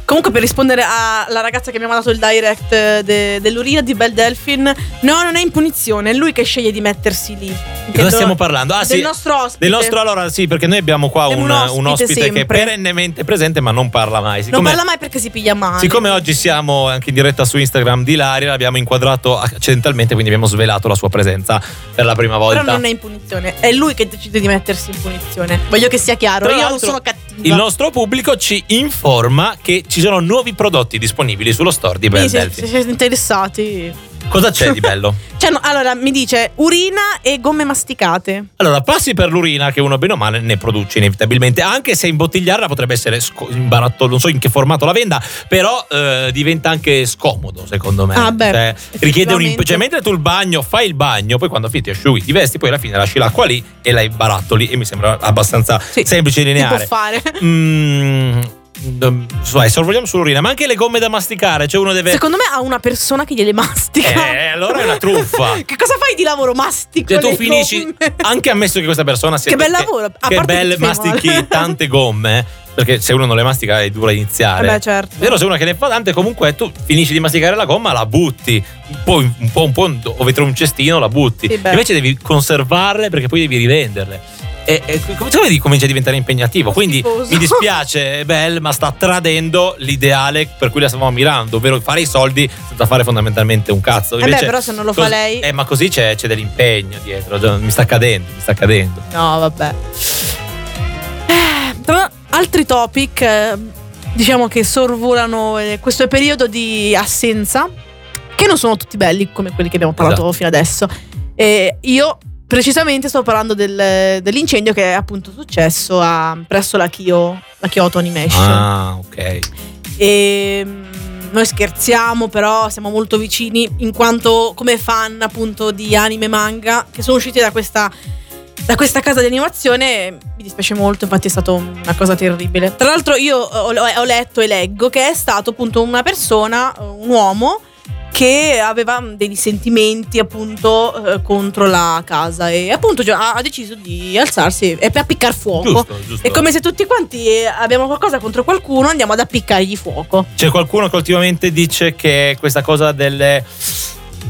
[SPEAKER 1] Comunque, per rispondere alla ragazza che mi ha mandato il direct eh, de- dell'urina di Bel Delphin, no, non è in punizione, è lui che sceglie di mettersi lì.
[SPEAKER 2] di cosa stiamo parlando? Ah
[SPEAKER 1] del
[SPEAKER 2] sì
[SPEAKER 1] nostro ospite.
[SPEAKER 2] del nostro allora sì perché noi abbiamo qua
[SPEAKER 1] Abbiamo
[SPEAKER 2] un,
[SPEAKER 1] un ospite
[SPEAKER 2] un ospite che è
[SPEAKER 1] sempre.
[SPEAKER 2] perennemente presente ma non parla mai
[SPEAKER 1] Non
[SPEAKER 2] siccome
[SPEAKER 1] parla mai perché si piglia male.
[SPEAKER 2] Siccome oggi siamo anche in diretta su Instagram di Ilaria, l'abbiamo inquadrato accidentalmente, quindi abbiamo svelato la sua presenza per la prima volta.
[SPEAKER 1] Però non è in punizione, è lui che decide di mettersi in punizione. Voglio che sia chiaro,
[SPEAKER 2] Tra
[SPEAKER 1] io non
[SPEAKER 2] l'altro,
[SPEAKER 1] sono cattiva.
[SPEAKER 2] Il nostro pubblico ci informa che ci sono nuovi prodotti disponibili sullo store di Bel
[SPEAKER 1] Quindi se,
[SPEAKER 2] Delphi.
[SPEAKER 1] se siete interessati.
[SPEAKER 2] Cosa c'è di bello?
[SPEAKER 1] Cioè, no, allora mi dice urina e gomme masticate.
[SPEAKER 2] Allora, passi per l'urina, che uno bene o male ne produce inevitabilmente, anche se imbottigliarla potrebbe essere sco- in barattolo, non so in che formato la venda, però eh, diventa anche scomodo, secondo me.
[SPEAKER 1] Ah, beh,
[SPEAKER 2] Cioè, richiede un imp-
[SPEAKER 1] effettivamente.
[SPEAKER 2] cioè, mentre tu il bagno, fai il bagno, poi quando finiti asciughi, ti vesti, poi alla fine lasci l'acqua lì e la imbarattoli. E mi sembra abbastanza
[SPEAKER 1] Sì,
[SPEAKER 2] semplice e
[SPEAKER 1] Si può
[SPEAKER 2] lineare.
[SPEAKER 1] fare.
[SPEAKER 2] Mm, mm, vai, sorvoliamo sull'urina, ma anche le gomme da masticare, cioè uno deve.
[SPEAKER 1] Secondo me ha una persona che gliele mastica.
[SPEAKER 2] Eh, allora è una truffa.
[SPEAKER 1] che cosa fai di lavoro? Mastico. Eh,
[SPEAKER 2] Cioè, tu
[SPEAKER 1] le
[SPEAKER 2] finisci,
[SPEAKER 1] gomme.
[SPEAKER 2] anche ammesso che questa persona sia.
[SPEAKER 1] Che bel lavoro, a
[SPEAKER 2] Che
[SPEAKER 1] parte
[SPEAKER 2] bel
[SPEAKER 1] che ti fai
[SPEAKER 2] mastichi
[SPEAKER 1] male.
[SPEAKER 2] tante gomme. Perché se uno non le mastica è dura iniziare.
[SPEAKER 1] Eh beh, certo.
[SPEAKER 2] Però se uno che ne fa tante, comunque tu finisci di masticare la gomma, la butti. Un po', in- un po', un po' in- o vetro un cestino, la butti.
[SPEAKER 1] Sì, beh.
[SPEAKER 2] Invece devi conservarle perché poi devi rivenderle. E, e come come di- comincia a diventare impegnativo? Quindi
[SPEAKER 1] Schifoso.
[SPEAKER 2] mi dispiace, Bel, ma sta tradendo l'ideale per cui la stavamo mirando, ovvero fare i soldi senza fare fondamentalmente un cazzo.
[SPEAKER 1] Eh beh, però se non lo fa
[SPEAKER 2] cos-
[SPEAKER 1] lei-
[SPEAKER 2] Eh, ma così c'è, c'è dell'impegno dietro. già, Mi sta cadendo, mi sta cadendo.
[SPEAKER 1] No, vabbè. Eh, Tra altri topic, eh, diciamo che sorvolano eh, questo periodo di assenza, che non sono tutti belli come quelli che abbiamo parlato
[SPEAKER 2] Esatto.
[SPEAKER 1] fino adesso. E io precisamente sto parlando del- dell'incendio che è appunto successo a- presso la, Kyo, la Kyoto Animation.
[SPEAKER 2] Ah, ok.
[SPEAKER 1] E mm, noi scherziamo, però siamo molto vicini in quanto come fan appunto di anime e manga che sono usciti da questa, da questa casa di animazione. Mi dispiace molto, infatti è stata una cosa terribile. Tra l'altro io ho, ho letto e leggo che è stato appunto una persona, un uomo che aveva dei dissentimenti appunto eh, contro la casa e appunto gio- ha ha deciso di alzarsi e per appiccar fuoco.
[SPEAKER 2] Giusto, giusto.
[SPEAKER 1] È come se tutti quanti eh, abbiamo qualcosa contro qualcuno, andiamo ad appiccargli fuoco.
[SPEAKER 2] C'è qualcuno che ultimamente dice che questa cosa del.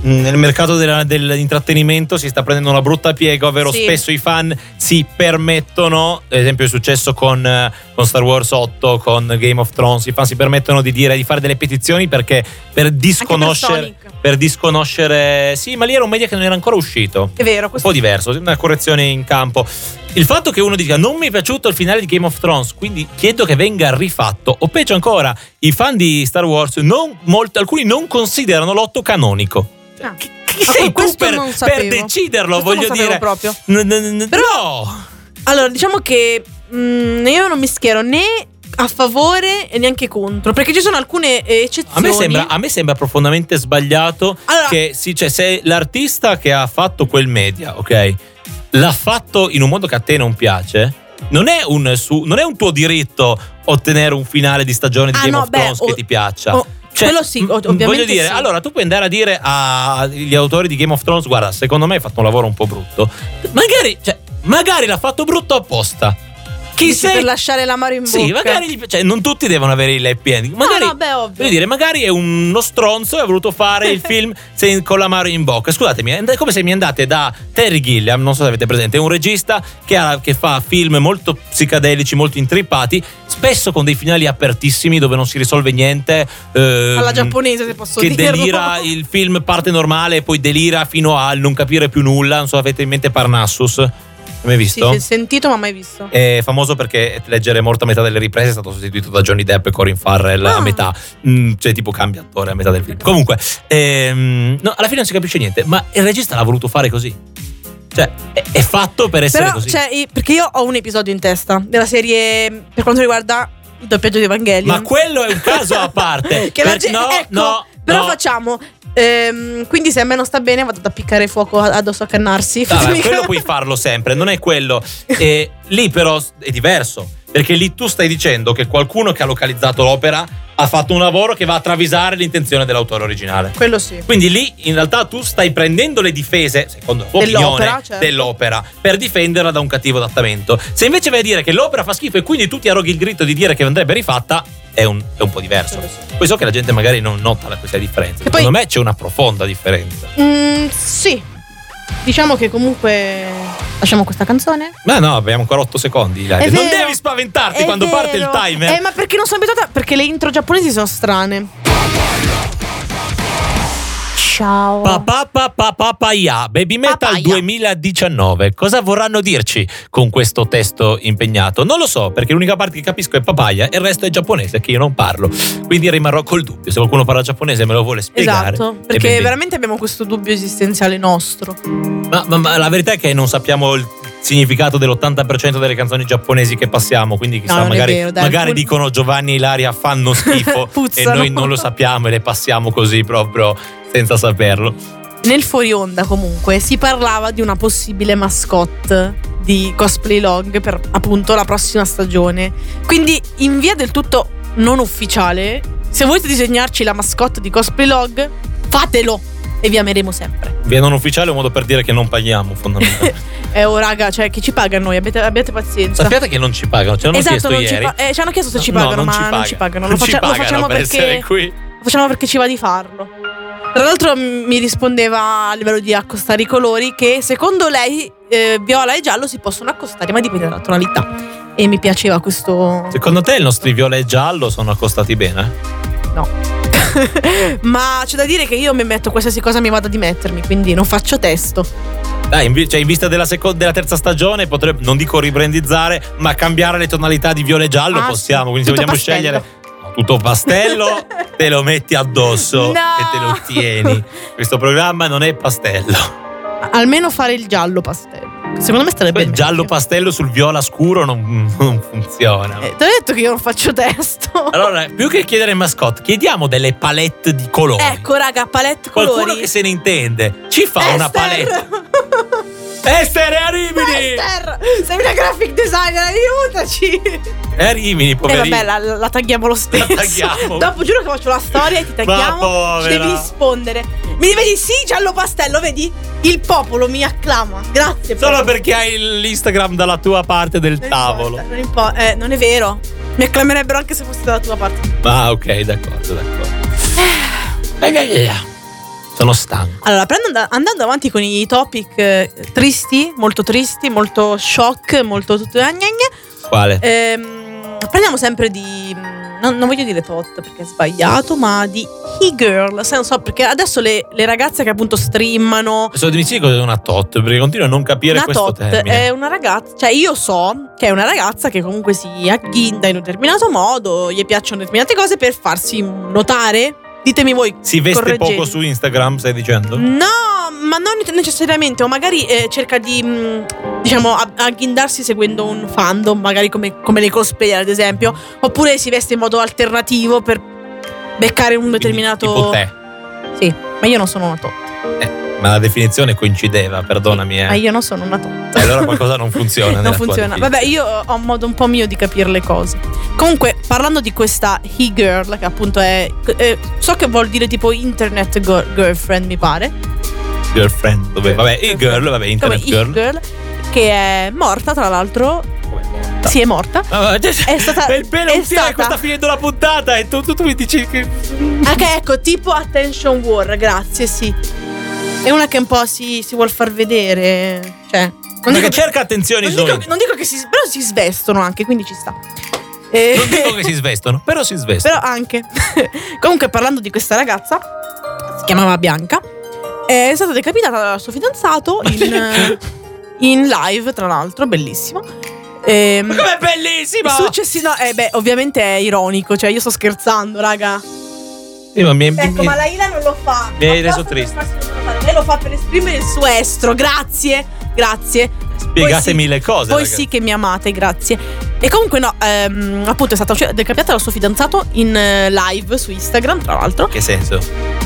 [SPEAKER 2] mm, Nel mercato della- dell'intrattenimento si sta prendendo una brutta piega, ovvero
[SPEAKER 1] Sì.
[SPEAKER 2] spesso i fan si permettono, ad esempio è successo con, eh, con Star Wars 8, con Game of Thrones, i fan si permettono di dire di fare delle petizioni perché per disconoscere
[SPEAKER 1] Sonic.
[SPEAKER 2] per disconoscere sì, ma lì era un media che non era ancora uscito.
[SPEAKER 1] È vero,
[SPEAKER 2] Un
[SPEAKER 1] questo
[SPEAKER 2] po' diverso, una correzione in campo. Il fatto che uno dica non mi è piaciuto il finale di Game of Thrones, quindi chiedo che venga rifatto. O peggio ancora, i fan di Star Wars, non, molti- alcuni non considerano l'otto canonico.
[SPEAKER 1] Ah.
[SPEAKER 2] Chi- Chi
[SPEAKER 1] Ma
[SPEAKER 2] sei tu
[SPEAKER 1] questo
[SPEAKER 2] per,
[SPEAKER 1] non
[SPEAKER 2] per
[SPEAKER 1] sapevo.
[SPEAKER 2] deciderlo?
[SPEAKER 1] Questo non
[SPEAKER 2] voglio
[SPEAKER 1] sapevo
[SPEAKER 2] dire.
[SPEAKER 1] proprio.
[SPEAKER 2] N- n- n-
[SPEAKER 1] Però-
[SPEAKER 2] no!
[SPEAKER 1] Allora, diciamo che mm, io non mi schiero né a favore e neanche contro, perché ci sono alcune eh, eccezioni.
[SPEAKER 2] A me, sembra, a me sembra profondamente sbagliato
[SPEAKER 1] Allora-
[SPEAKER 2] che sì, cioè, se l'artista che ha fatto quel media, ok, l'ha fatto in un modo che a te non piace, non è un, su- non è un tuo diritto ottenere un finale di stagione di
[SPEAKER 1] Ah,
[SPEAKER 2] Game
[SPEAKER 1] no,
[SPEAKER 2] of
[SPEAKER 1] beh,
[SPEAKER 2] Thrones che
[SPEAKER 1] o-
[SPEAKER 2] ti piaccia. Cioè,
[SPEAKER 1] o- quello sì, o-
[SPEAKER 2] m- m-
[SPEAKER 1] ovviamente
[SPEAKER 2] Voglio dire,
[SPEAKER 1] sì.
[SPEAKER 2] allora tu puoi andare a dire agli autori di Game of Thrones, guarda, secondo me hai fatto un lavoro un po' brutto. Magari, cioè, magari l'ha fatto brutto apposta. Chi
[SPEAKER 1] Dici,
[SPEAKER 2] sei?
[SPEAKER 1] per lasciare l'amaro in bocca.
[SPEAKER 2] Sì, magari gli- cioè, non tutti devono avere il happy ending. Magari,
[SPEAKER 1] no, beh, ovvio.
[SPEAKER 2] voglio dire, magari è uno stronzo e ha voluto fare il film sen- con la mano in bocca. Scusatemi, è come se mi andate da Terry Gilliam, non so se avete presente, è un regista che, ha- che fa film molto psicadelici, molto intrippati, spesso con dei finali apertissimi dove non si risolve niente. ehm,
[SPEAKER 1] Alla giapponese, se posso
[SPEAKER 2] che
[SPEAKER 1] dirlo.
[SPEAKER 2] delira, il film parte normale e poi delira fino al non capire più nulla. Non so, avete in mente Parnassus? L'hai mai
[SPEAKER 1] Sì,
[SPEAKER 2] visto?
[SPEAKER 1] sì, sentito ma mai visto.
[SPEAKER 2] È famoso perché leggere morto a metà delle riprese è stato sostituito da Johnny Depp e Corin Farrell a
[SPEAKER 1] Ah.
[SPEAKER 2] metà. Mm, cioè, tipo, cambia attore a metà del film. Comunque, ehm, no, alla fine non si capisce niente, ma il regista l'ha voluto fare così. Cioè, è, è fatto per essere
[SPEAKER 1] Però,
[SPEAKER 2] così.
[SPEAKER 1] cioè, i- perché io ho un episodio in testa della serie per quanto riguarda il doppiaggio di Evangelion.
[SPEAKER 2] Ma quello è un caso a parte.
[SPEAKER 1] che la
[SPEAKER 2] Per-
[SPEAKER 1] gente-
[SPEAKER 2] no,
[SPEAKER 1] ecco,
[SPEAKER 2] no,
[SPEAKER 1] però
[SPEAKER 2] no.
[SPEAKER 1] facciamo. ehm, quindi, se a me non sta bene, vado ad appiccare fuoco addosso a Cannarsi.
[SPEAKER 2] No, ma quello puoi farlo sempre, non è quello. E lì però è diverso, perché lì tu stai dicendo che qualcuno che ha localizzato l'opera ha fatto un lavoro che va a travisare l'intenzione dell'autore originale.
[SPEAKER 1] Quello sì.
[SPEAKER 2] Quindi lì in realtà tu stai prendendo le difese, secondo la tua
[SPEAKER 1] Dell'opera,
[SPEAKER 2] opinione,
[SPEAKER 1] certo.
[SPEAKER 2] dell'opera, per difenderla da un cattivo adattamento. Se invece vai a dire che l'opera fa schifo e quindi tu ti arroghi il diritto di dire che andrebbe rifatta, è un, è un po' diverso. Poi so che la gente magari non nota la- questa differenza.
[SPEAKER 1] E poi-
[SPEAKER 2] Secondo me c'è una profonda differenza.
[SPEAKER 1] Mm, sì. Diciamo che comunque. Lasciamo questa canzone.
[SPEAKER 2] Ma no, abbiamo ancora 8 secondi. Ilaria.
[SPEAKER 1] È
[SPEAKER 2] Eh, Non
[SPEAKER 1] vero,
[SPEAKER 2] devi spaventarti
[SPEAKER 1] è
[SPEAKER 2] quando parte il
[SPEAKER 1] vero.
[SPEAKER 2] timer.
[SPEAKER 1] Eh, ma perché non sono abituata? Perché le intro giapponesi sono strane. Ciao.
[SPEAKER 2] Papà papà papaya, Baby Metal
[SPEAKER 5] Papaya.
[SPEAKER 2] 2019. Cosa vorranno dirci con questo testo impegnato? Non lo so, perché l'unica parte che capisco è papaya e il resto è giapponese, che io non parlo. Quindi rimarrò col dubbio. Se qualcuno parla giapponese e me lo vuole spiegare.
[SPEAKER 1] Esatto,
[SPEAKER 2] è
[SPEAKER 1] perché
[SPEAKER 2] ben ben-
[SPEAKER 1] veramente abbiamo questo dubbio esistenziale nostro.
[SPEAKER 2] Ma, ma- ma la verità è che non sappiamo il significato dell'80% delle canzoni giapponesi che passiamo. Quindi chissà,
[SPEAKER 1] non è
[SPEAKER 2] magari,
[SPEAKER 1] vero, dai,
[SPEAKER 2] magari
[SPEAKER 1] alcun-
[SPEAKER 2] dicono Giovanni e Ilaria fanno schifo e
[SPEAKER 1] Puzzano.
[SPEAKER 2] noi non lo sappiamo e le passiamo così proprio senza saperlo.
[SPEAKER 1] Nel fuori onda, comunque, si parlava di una possibile mascotte di cosplay log per appunto la prossima stagione. Quindi, in via del tutto non ufficiale, se volete disegnarci la mascotte di cosplay log, fatelo e vi ameremo sempre.
[SPEAKER 2] Via non ufficiale è un modo per dire che non paghiamo fondamentalmente.
[SPEAKER 1] Eh, oh, raga, cioè, chi ci paga a noi? Abbiate, abbiate pazienza.
[SPEAKER 2] Sappiate che non ci pagano, ci hanno
[SPEAKER 1] esatto,
[SPEAKER 2] chiesto
[SPEAKER 1] non ci,
[SPEAKER 2] ieri.
[SPEAKER 1] pa- eh, ci hanno chiesto se ci
[SPEAKER 2] No,
[SPEAKER 1] pagano, ma
[SPEAKER 2] ci
[SPEAKER 1] non ci pagano. Lo,
[SPEAKER 2] Non ci
[SPEAKER 1] faccia- lo
[SPEAKER 2] pagano
[SPEAKER 1] facciamo
[SPEAKER 2] per essere
[SPEAKER 1] perché.
[SPEAKER 2] qui.
[SPEAKER 1] Lo facciamo perché ci va di farlo. Tra l'altro m- mi rispondeva a livello di accostare i colori che secondo lei eh, viola e giallo si possono accostare ma dipende dalla tonalità. E mi piaceva questo...
[SPEAKER 2] Secondo te i nostri viola e giallo sono accostati bene?
[SPEAKER 1] No. ma c'è da dire che io mi metto qualsiasi cosa mi vada di mettermi, quindi non faccio testo.
[SPEAKER 2] Dai, in, vi- cioè, in vista della, seco- della terza stagione potrebbe, non dico ribrandizzare, ma cambiare le tonalità di viola e giallo
[SPEAKER 1] Ah,
[SPEAKER 2] possiamo.
[SPEAKER 1] sì.
[SPEAKER 2] Quindi se
[SPEAKER 1] Tutto
[SPEAKER 2] vogliamo
[SPEAKER 1] pastello.
[SPEAKER 2] scegliere no, tutto pastello, te lo metti addosso
[SPEAKER 1] No.
[SPEAKER 2] e te lo tieni. Questo programma non è pastello.
[SPEAKER 1] Almeno fare il giallo pastello. Secondo me sarebbe...
[SPEAKER 2] Poi
[SPEAKER 1] meglio.
[SPEAKER 2] giallo pastello sul viola scuro non, non funziona.
[SPEAKER 1] Eh, Ti ho detto che io non faccio testo.
[SPEAKER 2] Allora, più che chiedere mascotte, chiediamo delle palette di colori.
[SPEAKER 1] Ecco raga, palette
[SPEAKER 2] Qualcuno
[SPEAKER 1] Ecco, colori.
[SPEAKER 2] che se ne intende ci fa una
[SPEAKER 1] Esther!
[SPEAKER 2] palette. Esther, è a Rimini!
[SPEAKER 1] Esther, sei una graphic designer, aiutaci!
[SPEAKER 2] È a Rimini,
[SPEAKER 1] E
[SPEAKER 2] poverino.
[SPEAKER 1] Eh, vabbè, la, la tagghiamo lo stesso.
[SPEAKER 2] La tagghiamo.
[SPEAKER 1] Dopo giuro che faccio la storia e ti tagghiamo.
[SPEAKER 2] povera.
[SPEAKER 1] Ci devi rispondere. Mi vedi, sì, giallo pastello, vedi? Il popolo mi acclama. Grazie.
[SPEAKER 2] Solo
[SPEAKER 1] popolo.
[SPEAKER 2] perché hai l'Instagram dalla tua parte del
[SPEAKER 1] Non
[SPEAKER 2] tavolo.
[SPEAKER 1] importa, non importa. Eh, non è vero. Mi acclamerebbero anche se fossi dalla tua parte.
[SPEAKER 2] Ah, ok, d'accordo, Eh. d'accordo. Ai, ai, ai, ai. Sono stanco.
[SPEAKER 1] Allora, prendo- and- andando avanti con i topic eh, tristi, molto tristi, molto shock, molto tutto. gna gna gna,
[SPEAKER 2] Quale?
[SPEAKER 1] ehm, parliamo sempre di. mm, Non, non voglio dire tot perché è sbagliato, ma di e-girl. Sai, non so, perché adesso le, le ragazze che appunto streamano.
[SPEAKER 2] Sono dimmi sì cos'è una tot, perché continuo a non capire
[SPEAKER 1] Una
[SPEAKER 2] questo
[SPEAKER 1] tot
[SPEAKER 2] termine.
[SPEAKER 1] è una ragazza, cioè io so che è una ragazza che comunque si agghinda in un determinato modo, gli piacciono determinate cose per farsi notare. Ditemi voi
[SPEAKER 2] Si veste
[SPEAKER 1] correggetemi.
[SPEAKER 2] poco su Instagram, stai dicendo?
[SPEAKER 1] Mm, No, ma non necessariamente, o magari eh, cerca di, mh, diciamo, a- agghindarsi seguendo un fandom, magari come, come le cosplayer ad esempio, oppure si veste in modo alternativo per beccare un determinato...
[SPEAKER 2] Tipo te. Eh.
[SPEAKER 1] Sì, ma io non sono una tot,
[SPEAKER 2] Ma la definizione coincideva, perdonami.
[SPEAKER 1] ma
[SPEAKER 2] Eh.
[SPEAKER 1] io non sono una tot.
[SPEAKER 2] E allora qualcosa non funziona nella
[SPEAKER 1] non
[SPEAKER 2] tua
[SPEAKER 1] funziona.
[SPEAKER 2] definizione.
[SPEAKER 1] Vabbè, io ho un modo un po' mio di capire le cose. Comunque, parlando di questa he-girl, che appunto è... eh, so che vuol dire tipo internet go- girlfriend, mi pare.
[SPEAKER 2] Girlfriend, dove? Vabbè, e girl, vabbè,
[SPEAKER 1] come
[SPEAKER 2] internet
[SPEAKER 1] It
[SPEAKER 2] girl.
[SPEAKER 1] Girl, che è morta tra l'altro. Sì, è morta.
[SPEAKER 2] È
[SPEAKER 1] stata-
[SPEAKER 2] cioè, il pelo
[SPEAKER 1] è
[SPEAKER 2] un tira
[SPEAKER 1] stata-
[SPEAKER 2] che sta finendo la puntata e tu, tu- tu mi dici che
[SPEAKER 1] Ok, ecco, tipo Attention War, grazie, sì. È una che un po' si, si vuol far vedere. Cioè, non
[SPEAKER 2] Perché
[SPEAKER 1] dico,
[SPEAKER 2] cerca attenzioni
[SPEAKER 1] non
[SPEAKER 2] su
[SPEAKER 1] dico- non dico che si. però si svestono anche, quindi ci sta. Eh,
[SPEAKER 2] Non dico che si svestono, però si svestono.
[SPEAKER 1] Però anche. Comunque, parlando di questa ragazza, si chiamava Bianca, è stata decapitata dal suo fidanzato in, in live, tra l'altro, bellissimo. Ehm,
[SPEAKER 2] Ma com'è bellissima!
[SPEAKER 1] Successi- no, eh beh, ovviamente è ironico, cioè io sto scherzando, raga.
[SPEAKER 2] Sì, ma mi è- mi-
[SPEAKER 1] Ecco, la Ila non lo fa.
[SPEAKER 2] Mi hai reso triste.
[SPEAKER 1] Lei lo fa per esprimere il suo estro, grazie, grazie. Voi
[SPEAKER 2] Spiegatemi le cose.
[SPEAKER 1] sì, voi
[SPEAKER 2] ragazzi.
[SPEAKER 1] sì che mi amate, grazie. E comunque no, ehm, appunto è stata uccisa- decapitata dal suo fidanzato in eh, live su Instagram, tra l'altro.
[SPEAKER 2] Che senso?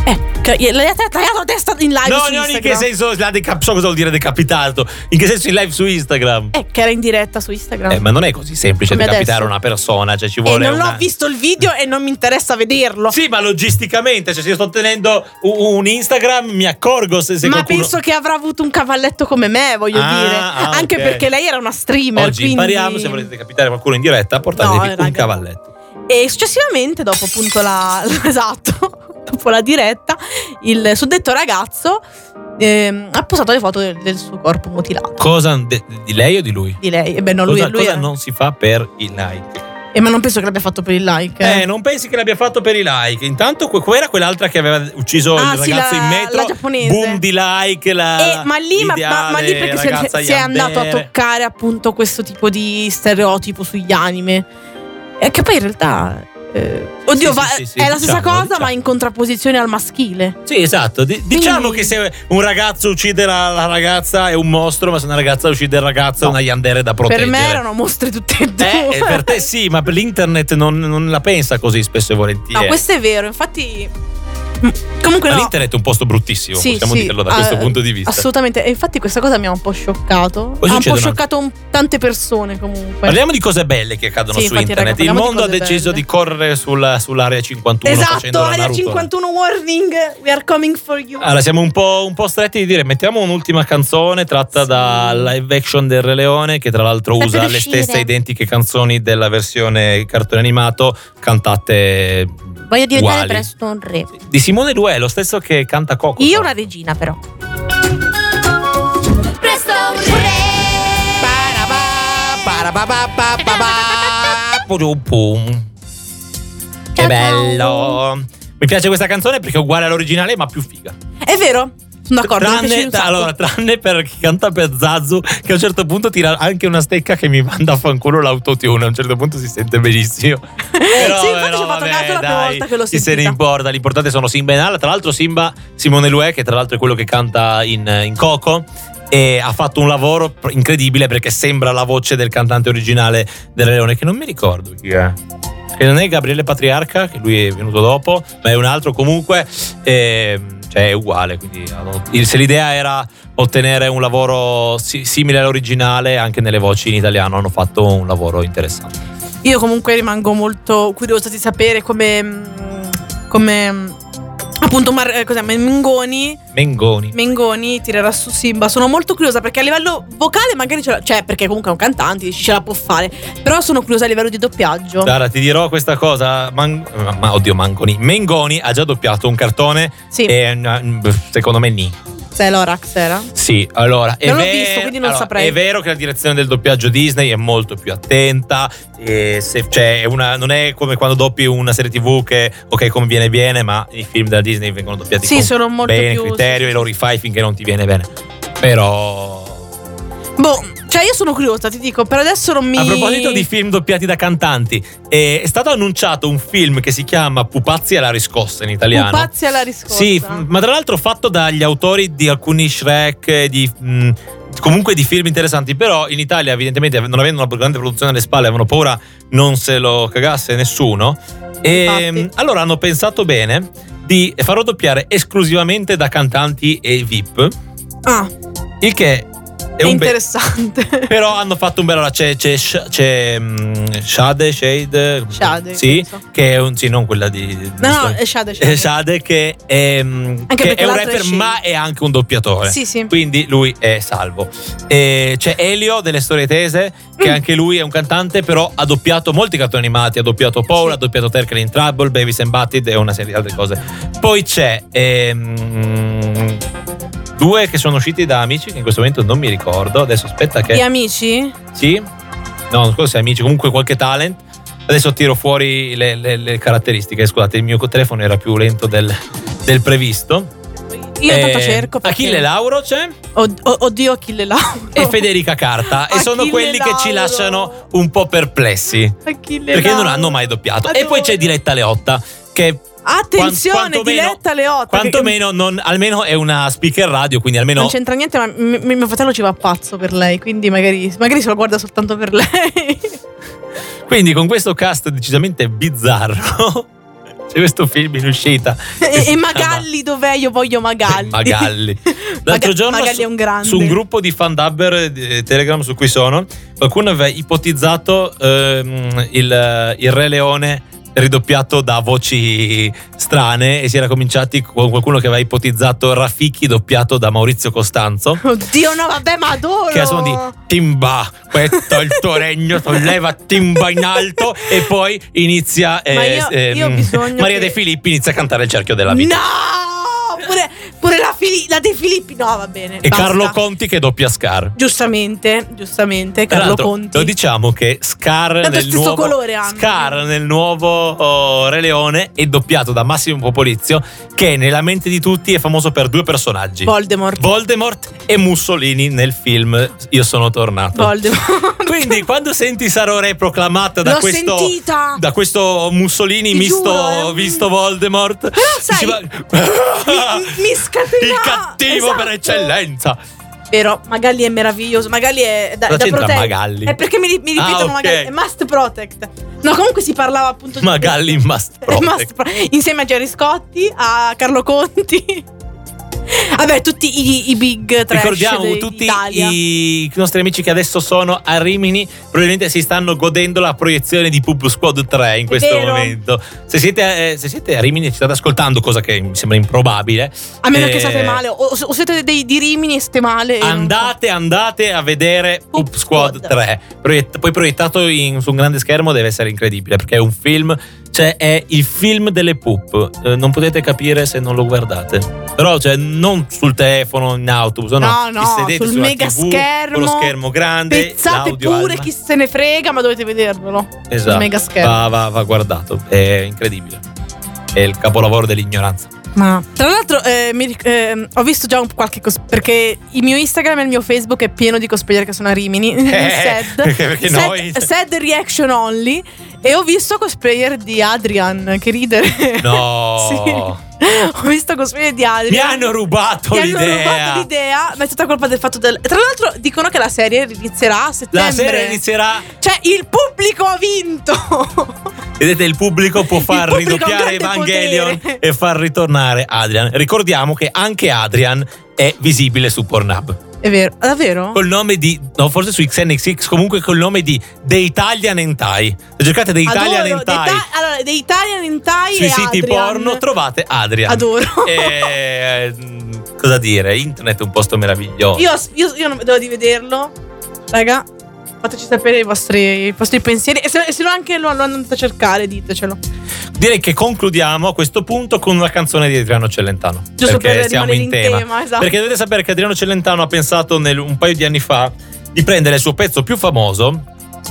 [SPEAKER 1] Eh, che- lei ha tagliato la testa in live
[SPEAKER 2] no,
[SPEAKER 1] su
[SPEAKER 2] no,
[SPEAKER 1] Ah, Instagram.
[SPEAKER 2] in che senso la deca- so cosa vuol dire decapitato. In che senso in live su Instagram?
[SPEAKER 1] Eh, che era in diretta su Instagram.
[SPEAKER 2] Eh, ma non è così semplice
[SPEAKER 1] Come
[SPEAKER 2] decapitare
[SPEAKER 1] adesso.
[SPEAKER 2] una persona, cioè ci
[SPEAKER 1] e
[SPEAKER 2] vuole
[SPEAKER 1] non
[SPEAKER 2] una-
[SPEAKER 1] ho visto il video e non mi interessa vederlo.
[SPEAKER 2] Sì, ma logisticamente, cioè se io sto tenendo u- un Instagram mi accorgo se, se
[SPEAKER 1] ma
[SPEAKER 2] qualcuno...
[SPEAKER 1] penso che avrà avuto un cavalletto come me, voglio
[SPEAKER 2] Ah,
[SPEAKER 1] dire.
[SPEAKER 2] ah,
[SPEAKER 1] Anche
[SPEAKER 2] ok.
[SPEAKER 1] perché lei era una streamer.
[SPEAKER 2] Oggi
[SPEAKER 1] quindi-
[SPEAKER 2] impariamo, se volete capitare qualcuno in diretta, portatevi
[SPEAKER 1] No, eh,
[SPEAKER 2] un
[SPEAKER 1] raga.
[SPEAKER 2] cavalletto.
[SPEAKER 1] E successivamente, dopo appunto la. esatto, dopo la diretta, il suddetto ragazzo ehm, ha postato le foto del, del suo corpo mutilato.
[SPEAKER 2] Cosa de- di lei o di lui?
[SPEAKER 1] Di lei. E beh, no, lui,
[SPEAKER 2] cosa
[SPEAKER 1] lui
[SPEAKER 2] cosa
[SPEAKER 1] era-
[SPEAKER 2] non si fa per i like?
[SPEAKER 1] Eh, ma non penso che l'abbia fatto per il like.
[SPEAKER 2] Eh, non pensi che l'abbia fatto per i like? Intanto que- quella era quell'altra che aveva ucciso
[SPEAKER 1] Ah,
[SPEAKER 2] il
[SPEAKER 1] sì,
[SPEAKER 2] ragazzo
[SPEAKER 1] la-
[SPEAKER 2] in metro.
[SPEAKER 1] la giapponese.
[SPEAKER 2] Boom di like,
[SPEAKER 1] Eh,
[SPEAKER 2] la
[SPEAKER 1] ma lì, ma- ma- ma lì
[SPEAKER 2] Ah, l'ideale
[SPEAKER 1] perché si è,
[SPEAKER 2] ragazza
[SPEAKER 1] si è andato a
[SPEAKER 2] yandere.
[SPEAKER 1] toccare appunto questo tipo di stereotipo sugli anime. E che poi in realtà. eh, oddio,
[SPEAKER 2] Sì,
[SPEAKER 1] va-
[SPEAKER 2] sì, sì, sì,
[SPEAKER 1] è la stessa
[SPEAKER 2] diciamo,
[SPEAKER 1] cosa,
[SPEAKER 2] diciamo.
[SPEAKER 1] ma in contrapposizione al maschile.
[SPEAKER 2] Sì, esatto. Di- diciamo
[SPEAKER 1] Quindi-
[SPEAKER 2] che se un ragazzo uccide la, la ragazza è un mostro, ma se una ragazza uccide il ragazzo è una yandere da proteggere.
[SPEAKER 1] Per me erano mostri tutte e due.
[SPEAKER 2] Eh, eh, per te sì, ma per l'internet non, non la pensa così spesso e volentieri.
[SPEAKER 1] No, questo è vero, infatti. Mm, Comunque
[SPEAKER 2] Ma
[SPEAKER 1] no.
[SPEAKER 2] L'internet è un posto bruttissimo,
[SPEAKER 1] Sì,
[SPEAKER 2] possiamo
[SPEAKER 1] sì,
[SPEAKER 2] dirlo da
[SPEAKER 1] ah,
[SPEAKER 2] questo punto di vista.
[SPEAKER 1] Assolutamente. E infatti questa cosa mi ha un po' scioccato.
[SPEAKER 2] Poi
[SPEAKER 1] ha un
[SPEAKER 2] succede
[SPEAKER 1] po'
[SPEAKER 2] una-
[SPEAKER 1] scoccato un- tante persone comunque.
[SPEAKER 2] Parliamo di cose belle che accadono
[SPEAKER 1] Sì,
[SPEAKER 2] su
[SPEAKER 1] infatti, raga,
[SPEAKER 2] internet. Il
[SPEAKER 1] parliamo di
[SPEAKER 2] mondo ha
[SPEAKER 1] cose
[SPEAKER 2] deciso
[SPEAKER 1] belle.
[SPEAKER 2] di correre sulla- sull'area 51
[SPEAKER 1] esatto,
[SPEAKER 2] facendo la
[SPEAKER 1] area
[SPEAKER 2] Naruto.
[SPEAKER 1] 51 warning, we are coming for you.
[SPEAKER 2] Allora, siamo un po', un po' stretti di dire, mettiamo un'ultima canzone tratta
[SPEAKER 1] Sì.
[SPEAKER 2] da live action del Re Leone, che tra l'altro
[SPEAKER 5] Sta
[SPEAKER 2] usa
[SPEAKER 5] per
[SPEAKER 2] le
[SPEAKER 5] uscire.
[SPEAKER 2] stesse identiche canzoni della versione cartone animato, cantate
[SPEAKER 5] Voglio diventare
[SPEAKER 2] uguali.
[SPEAKER 5] presto un re.
[SPEAKER 2] Di Simone Due, lo stesso che canta Coco.
[SPEAKER 5] Io
[SPEAKER 2] tra
[SPEAKER 5] una regina, però.
[SPEAKER 4] Presto un re.
[SPEAKER 2] Pum pum. Che bello! Mi piace questa canzone perché è uguale all'originale, ma più figa.
[SPEAKER 1] È vero, sono d'accordo. mi piace
[SPEAKER 2] tranne,
[SPEAKER 1] un sacco.
[SPEAKER 2] allora, tranne per chi canta per Zazzu, che a un certo punto tira anche una stecca che mi manda a fanculo l'autotune. A un certo punto si sente benissimo. Però,
[SPEAKER 1] sì, infatti
[SPEAKER 2] però,
[SPEAKER 1] ci ho fatto
[SPEAKER 2] vabbè,
[SPEAKER 1] caso la prima
[SPEAKER 2] dai,
[SPEAKER 1] volta che l'ho
[SPEAKER 2] Chi se ne
[SPEAKER 1] sentita.
[SPEAKER 2] importa? L'importante sono Simba e Nala. Tra l'altro, Simba Simone Lue, che tra l'altro è quello che canta in, in Coco. E ha fatto un lavoro pr- incredibile perché sembra la voce del cantante originale del Re Leone, che non mi ricordo chi è. che non è Gabriele Patriarca, che lui è venuto dopo, ma è un altro comunque, ehm, cioè è uguale. Quindi, hanno- il- se l'idea era ottenere un lavoro si- simile all'originale, anche nelle voci in italiano hanno fatto un lavoro interessante.
[SPEAKER 1] Io comunque rimango molto curiosa di sapere come. mm, come mm, appunto Mar- eh, cos'è, Mengoni,
[SPEAKER 2] Mengoni.
[SPEAKER 1] Mengoni tirerà su Simba. Sono molto curiosa perché a livello vocale magari ce la. Cioè, perché comunque è un cantante, dici, ce la può fare. Però sono curiosa a livello di doppiaggio.
[SPEAKER 2] Guarda, ti dirò questa cosa, Man- ma, ma- oddio Mangoni, Mengoni ha già doppiato un cartone
[SPEAKER 1] Sì,
[SPEAKER 2] e mm, secondo me ni.
[SPEAKER 1] se Lorax era.
[SPEAKER 2] Sì, allora è
[SPEAKER 1] Non l'ho
[SPEAKER 2] ver-
[SPEAKER 1] visto, quindi non
[SPEAKER 2] allora,
[SPEAKER 1] saprei.
[SPEAKER 2] È vero che la direzione del doppiaggio Disney è molto più attenta. e se- cioè, è una- non è come quando doppi una serie TV che ok, conviene bene, ma i film della Disney vengono doppiati
[SPEAKER 1] Sì,
[SPEAKER 2] con
[SPEAKER 1] sono molto
[SPEAKER 2] bene
[SPEAKER 1] più.
[SPEAKER 2] criterio e lo rifai finché non ti viene bene. Però
[SPEAKER 1] Boh, cioè io sono curiosa, ti dico, per adesso non mi.
[SPEAKER 2] a proposito di film doppiati da cantanti, eh, è stato annunciato un film che si chiama Pupazzi alla riscossa in italiano.
[SPEAKER 1] Pupazzi alla riscossa.
[SPEAKER 2] Sì, f- ma tra l'altro fatto dagli autori di alcuni Shrek, eh, di, mh, comunque di film interessanti, però in Italia evidentemente av- non avendo una grande produzione alle spalle avevano paura non se lo cagasse nessuno. E,
[SPEAKER 1] Infatti.
[SPEAKER 2] mh, allora hanno pensato bene di farlo doppiare esclusivamente da cantanti e VIP,
[SPEAKER 1] Ah,
[SPEAKER 2] il che è
[SPEAKER 1] è
[SPEAKER 2] un be-
[SPEAKER 1] interessante.
[SPEAKER 2] però hanno fatto un bel allora, c'è, c'è, Sh- c'è, mh, Shade, Shade, come si chiama?
[SPEAKER 1] Shade,
[SPEAKER 2] sì,
[SPEAKER 1] penso.
[SPEAKER 2] che è un, sì, non quella di... di-
[SPEAKER 1] No, no,
[SPEAKER 2] sto-
[SPEAKER 1] è Shade. Shade.
[SPEAKER 2] eh, Sade che è, mm,
[SPEAKER 1] Anche
[SPEAKER 2] che
[SPEAKER 1] perché
[SPEAKER 2] è un
[SPEAKER 1] l'altro è
[SPEAKER 2] rapper
[SPEAKER 1] Shane.
[SPEAKER 2] ma è anche un doppiatore
[SPEAKER 1] Sì, sì.
[SPEAKER 2] quindi lui è salvo E c'è Elio delle storie tese che
[SPEAKER 1] Mm.
[SPEAKER 2] anche lui è un cantante però ha doppiato molti cartoni animati ha doppiato Paul ha doppiato Terkel in Trouble Babies and Batted e una serie di altre cose poi c'è ehm, due che sono usciti da Amici che in questo momento non mi ricordo adesso aspetta che
[SPEAKER 1] Gli amici?
[SPEAKER 2] sì? No, non so se amici, comunque qualche talent. Adesso tiro fuori le, le- le caratteristiche. Scusate, il mio telefono era più lento del, del previsto.
[SPEAKER 1] Io
[SPEAKER 2] Eh,
[SPEAKER 1] tanto cerco. perché- Oh.
[SPEAKER 2] Achille Lauro c'è
[SPEAKER 1] Od- o- oddio, Achille Lauro.
[SPEAKER 2] e Federica Carta. e sono
[SPEAKER 1] Achille
[SPEAKER 2] quelli che ci
[SPEAKER 1] Lauro.
[SPEAKER 2] lasciano un po' perplessi.
[SPEAKER 1] Achille
[SPEAKER 2] Perché non
[SPEAKER 1] Lauro.
[SPEAKER 2] hanno mai doppiato. E
[SPEAKER 1] Adoro.
[SPEAKER 2] poi c'è Diletta Leotta, che Quan-
[SPEAKER 1] Attenzione,
[SPEAKER 2] quantomeno-
[SPEAKER 1] Diletta Leotta. che-
[SPEAKER 2] quantomeno non, almeno è una speaker radio, quindi almeno
[SPEAKER 1] Non c'entra niente, ma m- m- mio fratello ci va pazzo per lei, quindi magari, magari se lo guarda soltanto per lei.
[SPEAKER 2] Quindi con questo cast decisamente bizzarro c'è questo film in uscita.
[SPEAKER 1] e, e Magalli dov'è? Io voglio Magalli.
[SPEAKER 2] Esatto. Magalli. L'altro
[SPEAKER 1] Maga-
[SPEAKER 2] giorno
[SPEAKER 1] Magalli
[SPEAKER 2] su,
[SPEAKER 1] è un grande.
[SPEAKER 2] su un gruppo di fandubber eh, di Telegram su cui sono, qualcuno aveva ipotizzato ehm, il, il Re Leone ridoppiato da voci strane e si era cominciati con qualcuno che aveva ipotizzato Rafiki doppiato da Maurizio Costanzo.
[SPEAKER 1] Oddio, no, vabbè, ma adoro.
[SPEAKER 2] Che sono di Timba, questo è il tuo regno, solleva Timba in alto e poi inizia
[SPEAKER 1] Ma io-
[SPEAKER 2] eh,
[SPEAKER 1] io ho
[SPEAKER 2] ehm,
[SPEAKER 1] bisogno
[SPEAKER 2] Maria
[SPEAKER 1] che-
[SPEAKER 2] De Filippi inizia a cantare il cerchio della vita.
[SPEAKER 1] No! Pure, pure la, Fili- la De Filippi. No, va bene.
[SPEAKER 2] E
[SPEAKER 1] basta.
[SPEAKER 2] Carlo Conti che doppia Scar.
[SPEAKER 1] Giustamente, giustamente,
[SPEAKER 2] Tra
[SPEAKER 1] Carlo
[SPEAKER 2] l'altro,
[SPEAKER 1] Conti.
[SPEAKER 2] Lo diciamo che Scar
[SPEAKER 1] Tanto è
[SPEAKER 2] nel
[SPEAKER 1] stesso
[SPEAKER 2] nuovo
[SPEAKER 1] colore hanno.
[SPEAKER 2] Scar nel nuovo oh, Re Leone è doppiato da Massimo Popolizio che nella mente di tutti è famoso per due personaggi.
[SPEAKER 1] Voldemort.
[SPEAKER 2] Voldemort e Mussolini nel film Io sono tornato.
[SPEAKER 1] Voldemort.
[SPEAKER 2] Quindi quando senti Sarò Re proclamata da
[SPEAKER 1] L'ho
[SPEAKER 2] questo
[SPEAKER 1] sentita.
[SPEAKER 2] da questo Mussolini
[SPEAKER 1] Ti
[SPEAKER 2] misto
[SPEAKER 1] giuro, eh.
[SPEAKER 2] visto Voldemort
[SPEAKER 1] Però sai,
[SPEAKER 2] dici, ma-
[SPEAKER 1] mi- mi scatenava.
[SPEAKER 2] il cattivo per
[SPEAKER 1] Esatto.
[SPEAKER 2] eccellenza.
[SPEAKER 1] Vero, Magalli è meraviglioso. Magalli è da,
[SPEAKER 2] Cosa
[SPEAKER 1] da
[SPEAKER 2] c'entra
[SPEAKER 1] proteggere.
[SPEAKER 2] Magalli?
[SPEAKER 1] È perché mi, ri- mi
[SPEAKER 2] Ah,
[SPEAKER 1] ripetono
[SPEAKER 2] ok.
[SPEAKER 1] Magalli. È must protect. No, comunque si parlava appunto di.
[SPEAKER 2] Magalli must
[SPEAKER 1] È
[SPEAKER 2] protect.
[SPEAKER 1] must pro- insieme a Jerry Scotti, a Carlo Conti. Vabbè, tutti i, i big trash
[SPEAKER 2] Ricordiamo
[SPEAKER 1] de-
[SPEAKER 2] tutti
[SPEAKER 1] d'Italia.
[SPEAKER 2] i nostri amici che adesso sono a Rimini, probabilmente si stanno godendo la proiezione di Pub Squad 3 in questo
[SPEAKER 1] vero.
[SPEAKER 2] momento. Se siete, eh, se siete a Rimini e ci state ascoltando, cosa che mi sembra improbabile,
[SPEAKER 1] A meno
[SPEAKER 2] eh,
[SPEAKER 1] che siate male, o, o siete dei di Rimini e ste male.
[SPEAKER 2] Andate, andate a vedere
[SPEAKER 1] Pub
[SPEAKER 2] Pub Squad
[SPEAKER 1] Squad.
[SPEAKER 2] 3. Proiett- poi proiettato in- su un grande schermo deve essere incredibile perché è un film, cioè è il film delle poop. Eh, non potete capire se non lo guardate. Però cioè non sul telefono in autobus, no,
[SPEAKER 1] No,
[SPEAKER 2] Vi
[SPEAKER 1] no,
[SPEAKER 2] sedete
[SPEAKER 1] sul
[SPEAKER 2] sulla
[SPEAKER 1] mega
[SPEAKER 2] TV,
[SPEAKER 1] schermo,
[SPEAKER 2] con lo schermo grande,
[SPEAKER 1] Pezzate
[SPEAKER 2] l'audio
[SPEAKER 1] pure,
[SPEAKER 2] alma.
[SPEAKER 1] chi se ne frega, ma dovete vedervelo.
[SPEAKER 2] Esatto.
[SPEAKER 1] mega schermo.
[SPEAKER 2] Va, va, va guardato, è incredibile. È il capolavoro dell'ignoranza.
[SPEAKER 1] Ma tra l'altro eh, mi ric- ehm, ho visto già un- qualche cosplay perché il mio Instagram e il mio Facebook è pieno di cosplayer che sono a Rimini. sad.
[SPEAKER 2] perché- Eh, perché
[SPEAKER 1] sad,
[SPEAKER 2] noi-
[SPEAKER 1] sad reaction only. E ho visto cosplayer di Adrian. Che ridere.
[SPEAKER 2] No.
[SPEAKER 1] Sì. Ho visto cosplayer di Adrian.
[SPEAKER 2] Mi hanno rubato
[SPEAKER 1] Mi hanno
[SPEAKER 2] l'idea.
[SPEAKER 1] rubato l'idea, ma è tutta colpa del fatto del. Tra l'altro, dicono che la serie inizierà a settembre.
[SPEAKER 2] La sera inizierà
[SPEAKER 1] Cioè, il pubblico ha vinto.
[SPEAKER 2] Vedete, il pubblico può far
[SPEAKER 1] Il pubblico ha un
[SPEAKER 2] ridoppiare
[SPEAKER 1] grande
[SPEAKER 2] Evangelion
[SPEAKER 1] potere.
[SPEAKER 2] e far ritornare Adrian. Ricordiamo che anche Adrian è visibile su Pornhub.
[SPEAKER 1] È vero, Ah, davvero?
[SPEAKER 2] Col nome di, no, forse su XNXX, comunque col nome di The Italian Entai. Se cercate The Italian
[SPEAKER 1] Adoro, dei
[SPEAKER 2] Entai
[SPEAKER 1] ta- allora, dei Italian Hentai
[SPEAKER 2] sui
[SPEAKER 1] e
[SPEAKER 2] siti
[SPEAKER 1] Adrian.
[SPEAKER 2] porno Eh. trovate Adrian.
[SPEAKER 1] Adoro.
[SPEAKER 2] E, mm, cosa dire? Internet è un posto meraviglioso.
[SPEAKER 1] Io, io, io non vedo di vederlo. Raga, fateci sapere i vostri, i vostri pensieri. E se, e se no anche lo, lo andate a cercare, ditecelo.
[SPEAKER 2] Direi che concludiamo a questo punto con una canzone di Adriano Celentano.
[SPEAKER 1] Giusto
[SPEAKER 2] perché
[SPEAKER 1] per
[SPEAKER 2] siamo
[SPEAKER 1] rimanere
[SPEAKER 2] in tema.
[SPEAKER 1] esatto.
[SPEAKER 2] Perché dovete sapere che Adriano Celentano ha pensato nel- un paio di anni fa di prendere il suo pezzo più famoso,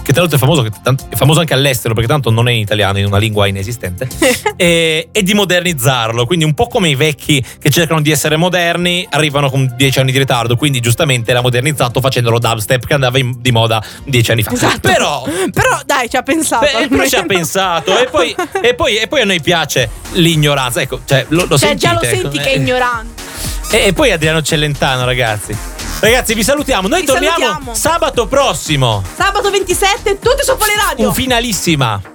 [SPEAKER 2] che tra l'altro è famoso, che tant- è famoso anche all'estero perché tanto non è in italiano, è in una lingua inesistente, e, e di modernizzarlo. Quindi un po' come i vecchi che cercano di essere moderni, arrivano con 10 anni di ritardo, quindi giustamente l'ha modernizzato facendolo dubstep che andava in- di moda 10 anni fa.
[SPEAKER 1] Esatto.
[SPEAKER 2] Però
[SPEAKER 1] Però dai, ci ha pensato.
[SPEAKER 2] Beh, però ci ha
[SPEAKER 1] almeno.
[SPEAKER 2] pensato e poi, e, poi, e poi a noi piace l'ignoranza. Ecco, cioè, lo,
[SPEAKER 1] Cioè,
[SPEAKER 2] lo sentite,
[SPEAKER 1] già lo
[SPEAKER 2] ecco.
[SPEAKER 1] senti che è ignorante.
[SPEAKER 2] E, e poi Adriano Celentano, ragazzi. Ragazzi, vi salutiamo. Noi
[SPEAKER 1] Vi
[SPEAKER 2] torniamo
[SPEAKER 1] salutiamo.
[SPEAKER 2] sabato prossimo.
[SPEAKER 1] Sabato 27, tutti su Poli Radio.
[SPEAKER 2] Un finalissima.